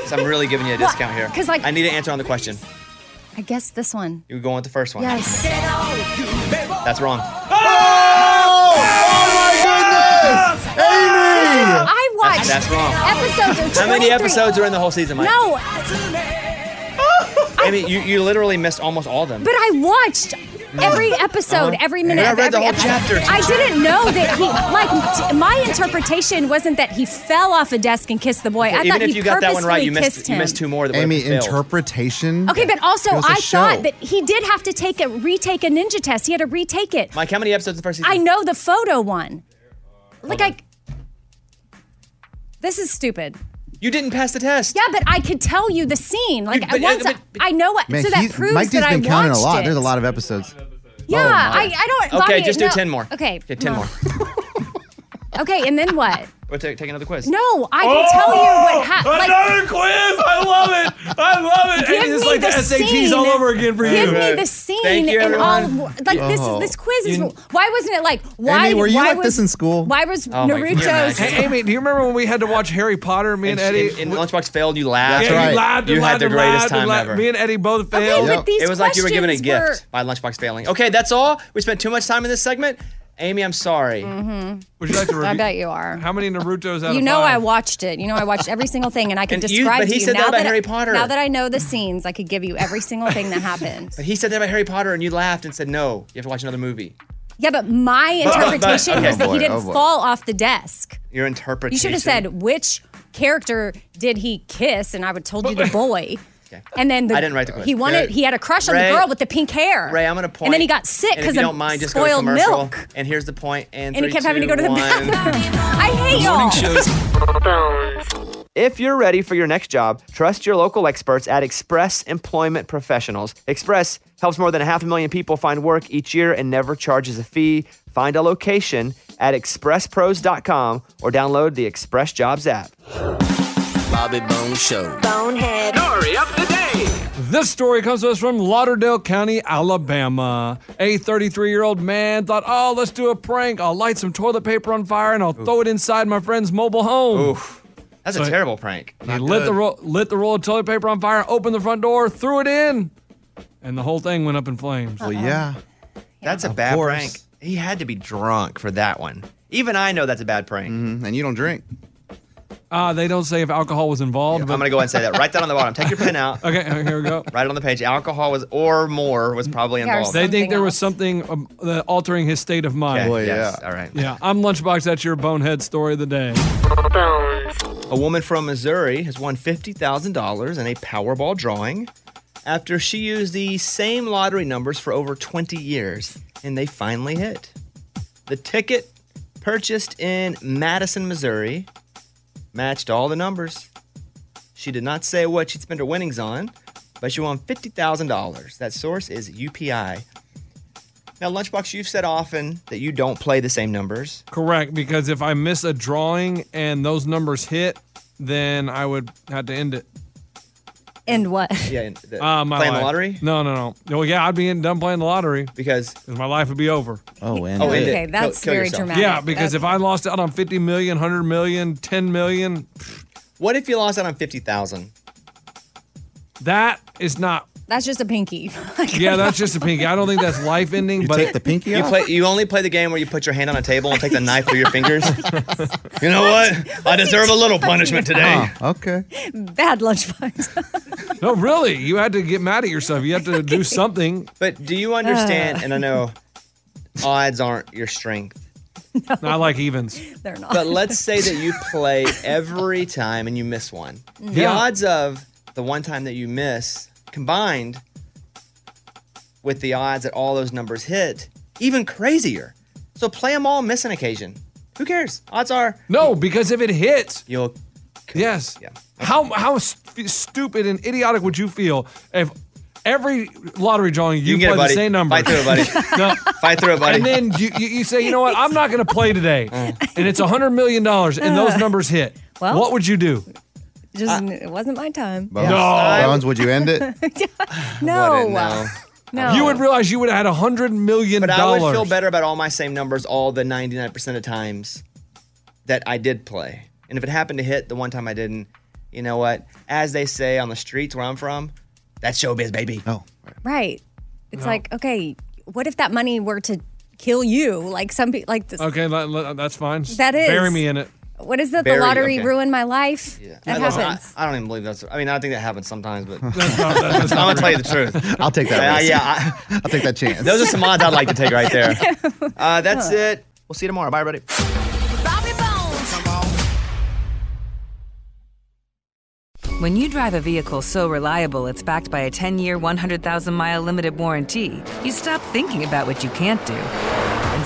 Speaker 3: so I'm really giving you a discount here.
Speaker 1: 'Cause, like-
Speaker 3: I need an answer on the question.
Speaker 1: I guess this one.
Speaker 3: You were going with the first one.
Speaker 1: Yes.
Speaker 3: That's wrong. oh
Speaker 1: This is, I watched
Speaker 3: That's wrong.
Speaker 1: episodes of
Speaker 3: How many
Speaker 1: 23
Speaker 3: episodes are in the whole season, Mike?
Speaker 1: No,
Speaker 3: I mean, you, you literally missed almost all of them.
Speaker 1: but I watched every episode,
Speaker 3: Uh-huh.
Speaker 1: every minute.
Speaker 3: And I
Speaker 1: of
Speaker 3: read
Speaker 1: every
Speaker 3: the whole
Speaker 1: episode.
Speaker 3: chapter.
Speaker 1: I didn't know that he like t- my interpretation wasn't that he fell off a desk and kissed the boy. I
Speaker 3: Even
Speaker 1: thought
Speaker 3: if
Speaker 1: he
Speaker 3: you got that one right, you
Speaker 1: purposefully
Speaker 3: missed
Speaker 1: kissed
Speaker 3: you
Speaker 1: him.
Speaker 3: missed two more that
Speaker 7: Amy,
Speaker 3: would have failed.
Speaker 7: interpretation.
Speaker 1: Okay, but also
Speaker 7: It was a
Speaker 1: I
Speaker 7: show.
Speaker 1: thought that he did have to take a retake a ninja test. He had to retake it.
Speaker 3: Mike, how many episodes the first season?
Speaker 1: I know the photo one. Like I This is stupid.
Speaker 3: You didn't pass the test. uh,
Speaker 1: Yeah, but I could tell you the scene. Like
Speaker 7: but-
Speaker 1: once
Speaker 7: but-
Speaker 1: I, I know what
Speaker 7: Man,
Speaker 1: so that
Speaker 7: he's-
Speaker 1: proves
Speaker 7: Mike has
Speaker 1: that I
Speaker 7: been counting a
Speaker 1: watched
Speaker 7: lot.
Speaker 1: it.
Speaker 7: There's a lot of episodes.
Speaker 1: Yeah,
Speaker 7: Oh, my.
Speaker 1: I, I don't
Speaker 3: Okay,
Speaker 1: Lonnie,
Speaker 3: just do
Speaker 1: no.
Speaker 3: 10 more.
Speaker 1: Okay.
Speaker 3: Okay, 10
Speaker 1: no.
Speaker 3: more.
Speaker 1: Okay, and then what?
Speaker 3: We'll take, take another quiz.
Speaker 1: No, I can tell you
Speaker 3: Oh!
Speaker 1: what happened.
Speaker 4: Oh, Another quiz. I love it. I love it.
Speaker 1: Give
Speaker 4: Amy, it's
Speaker 1: me
Speaker 4: like the,
Speaker 1: the
Speaker 4: SATs
Speaker 1: scene.
Speaker 4: all over again for
Speaker 1: Give
Speaker 4: you.
Speaker 1: me the scene
Speaker 4: Thank you,
Speaker 1: and all
Speaker 4: everyone.
Speaker 1: like this is
Speaker 4: Oh.
Speaker 1: this quiz is
Speaker 4: You-
Speaker 1: why wasn't it like why
Speaker 4: Amy, were you
Speaker 1: why
Speaker 4: like
Speaker 1: was,
Speaker 4: this in
Speaker 7: school?
Speaker 1: Why was
Speaker 3: Oh
Speaker 1: Naruto's
Speaker 4: Hey, Amy, do you remember when we had to watch Harry Potter? Me and, Eddie.
Speaker 3: And, and Lunchbox failed. You laughed.
Speaker 4: yeah, you laughed and
Speaker 3: You
Speaker 4: laughed
Speaker 3: had the
Speaker 4: and
Speaker 3: greatest
Speaker 4: laughed and
Speaker 3: time
Speaker 4: laughed.
Speaker 3: ever.
Speaker 4: Me and Eddie both failed.
Speaker 3: it was like you were given a gift
Speaker 4: were-
Speaker 3: by Lunchbox failing. Okay, that's all. We spent too much time in this segment. Amy, I'm sorry.
Speaker 1: Mhm.
Speaker 4: Would you like to
Speaker 1: I
Speaker 4: review?
Speaker 1: bet you are.
Speaker 4: How many Naruto's out
Speaker 1: You
Speaker 4: of
Speaker 1: know I
Speaker 4: five?
Speaker 1: watched it. You know I watched every single thing, and I can
Speaker 3: And you-
Speaker 1: describe
Speaker 3: but
Speaker 1: to
Speaker 3: he
Speaker 1: you
Speaker 3: said that
Speaker 1: now
Speaker 3: about
Speaker 1: that
Speaker 3: Harry
Speaker 1: I,
Speaker 3: Potter.
Speaker 1: Now that I know the scenes, I could give you every single thing that happened.
Speaker 3: But he said that about Harry Potter, and you laughed and said, "No, you have to watch another movie."
Speaker 1: Yeah, but my interpretation
Speaker 3: Okay.
Speaker 1: was that
Speaker 3: Oh boy,
Speaker 1: he didn't
Speaker 3: oh boy.
Speaker 1: fall off the desk.
Speaker 3: Your interpretation.
Speaker 1: You should have said which character did he kiss, and I would told you the boy. And then the,
Speaker 3: I didn't write the quiz.
Speaker 1: He wanted.
Speaker 3: Good.
Speaker 1: He had a crush on
Speaker 3: Ray-
Speaker 1: the girl with the pink hair.
Speaker 3: Ray, I'm gonna point.
Speaker 1: And then he got sick
Speaker 3: And if
Speaker 1: because
Speaker 3: you
Speaker 1: of
Speaker 3: don't mind, just go to
Speaker 1: spoiled
Speaker 3: commercial.
Speaker 1: milk.
Speaker 3: And here's the point. And,
Speaker 1: And he
Speaker 3: three,
Speaker 1: kept having to go
Speaker 3: two,
Speaker 1: to the
Speaker 3: one.
Speaker 1: bathroom. I hate y'all.
Speaker 3: If you're ready for your next job, trust your local experts at Express Employment Professionals. Express helps more than a half a million people find work each year and never charges a fee. Find a location at expresspros.com or download the Express Jobs app.
Speaker 26: Bobby Bone Show.
Speaker 27: Bonehead. Story of the day.
Speaker 4: This story comes to us from Lauderdale County, Alabama. A 33 year old man thought, oh, let's do a prank. I'll light some toilet paper on fire and I'll throw it inside my friend's mobile home. Oof.
Speaker 3: That's a terrible prank.
Speaker 4: He lit the,
Speaker 3: good.
Speaker 4: ro- lit the roll of toilet paper on fire, opened the front door, threw it in, and the whole thing went up in flames.
Speaker 3: Well, yeah. That's a bad prank. He had to be drunk for that one. Even I know that's a bad prank.
Speaker 7: Mm-hmm. And you don't drink.
Speaker 4: Uh, they don't say if alcohol was involved. but
Speaker 3: I'm gonna go ahead and say that. Write that on the bottom. Take your pen out.
Speaker 4: Okay, here we go.
Speaker 3: Write it on the page. Alcohol was or more was probably involved.
Speaker 4: They think there was something um, uh, altering his state of mind.
Speaker 3: Okay, Well, yes, yeah. all right.
Speaker 4: Yeah, I'm Lunchbox. That's your bonehead story of the day.
Speaker 3: A woman from Missouri has won $50,000 in a Powerball drawing after she used the same lottery numbers for over 20 years, and they finally hit. The ticket, purchased in Madison, Missouri, matched all the numbers. She did not say what she'd spend her winnings on, but she won $50,000. That source is UPI. Now, Lunchbox, you've said often that you don't play the same numbers.
Speaker 4: Correct, because if I miss a drawing and those numbers hit, then I would have to end it.
Speaker 1: And what?
Speaker 3: Yeah, and the-
Speaker 4: Uh, my
Speaker 3: playing the
Speaker 4: life.
Speaker 3: lottery?
Speaker 4: No, no, no. Well, yeah, I'd be in- done playing the lottery
Speaker 3: because
Speaker 4: my life would be over.
Speaker 7: Oh,
Speaker 3: and- Oh, end it. Okay, Kill- that's kill very yourself. dramatic.
Speaker 4: Yeah, because
Speaker 3: That-
Speaker 4: if I lost out on 50 million, 100 million, 10 million,
Speaker 3: What if you lost out on 50,000?
Speaker 4: that is not
Speaker 1: That's just a pinky.
Speaker 4: Yeah, that's just a pinky. I don't think that's life ending. but
Speaker 7: take the pinky
Speaker 3: You
Speaker 4: off?
Speaker 3: play. You only play the game where you put your hand on a table and take the knife through your fingers. You know what? I deserve a little punishment today.
Speaker 7: okay.
Speaker 1: Bad lunch punch.
Speaker 4: No, really, you had to get mad at yourself. You had to do something.
Speaker 3: But do you
Speaker 1: Uh.
Speaker 3: understand? And I know odds aren't your strength.
Speaker 4: I like evens.
Speaker 1: They're not.
Speaker 3: But let's say that you play every time and you miss one. The
Speaker 4: Yeah.
Speaker 3: odds of the one time that you miss combined with the odds that all those numbers hit, even crazier. So play them all, miss an occasion. Who cares? Odds are
Speaker 4: no, because if it hits,
Speaker 3: you'll.
Speaker 4: Yes. How how st- stupid and idiotic would you feel if every lottery drawing you,
Speaker 3: You can get
Speaker 4: play
Speaker 3: it, buddy.
Speaker 4: the same number?
Speaker 3: Fight through it, buddy.
Speaker 4: no.
Speaker 3: Fight through it, buddy. Uh.
Speaker 4: And then you, you, you say, you know what? I'm not going to play today, and it's a hundred million dollars, and those
Speaker 1: Uh,
Speaker 4: numbers hit.
Speaker 1: well-
Speaker 4: what would you do?
Speaker 1: Just
Speaker 3: Ah.
Speaker 1: it wasn't my time.
Speaker 4: Bones. No. Bones,
Speaker 7: would you end it?
Speaker 1: no. No.
Speaker 4: You would realize you would have had a hundred million
Speaker 3: But I would feel
Speaker 4: dollars.
Speaker 3: better about all my same numbers all the 99% of times that I did play. And if it happened to hit the one time I didn't, you know what? As they say on the streets where I'm from, that's showbiz, baby.
Speaker 7: Oh.
Speaker 1: Right. It's
Speaker 4: No.
Speaker 1: like, okay, what if that money were to kill you? Like some people, like this.
Speaker 4: Okay, let- let- that's fine.
Speaker 1: That is-
Speaker 4: bury me in it.
Speaker 1: What is that?
Speaker 3: Very-
Speaker 1: the lottery
Speaker 3: okay.
Speaker 1: ruined my life. That
Speaker 3: I- listen,
Speaker 1: happens.
Speaker 3: I, I don't even believe that's. I mean, I think that happens sometimes, but
Speaker 7: that's not
Speaker 3: I'm gonna tell you
Speaker 7: real.
Speaker 3: the truth. Uh,
Speaker 7: I'll take that
Speaker 3: Yeah,
Speaker 7: risk.
Speaker 3: yeah,
Speaker 7: I'll take that chance.
Speaker 3: those are some odds I'd like to take right there. Uh, that's it. We'll see you tomorrow. Bye, everybody.
Speaker 17: When you drive a vehicle so reliable it's backed by a 10 year, 100,000 mile limited warranty, you stop thinking about what you can't do and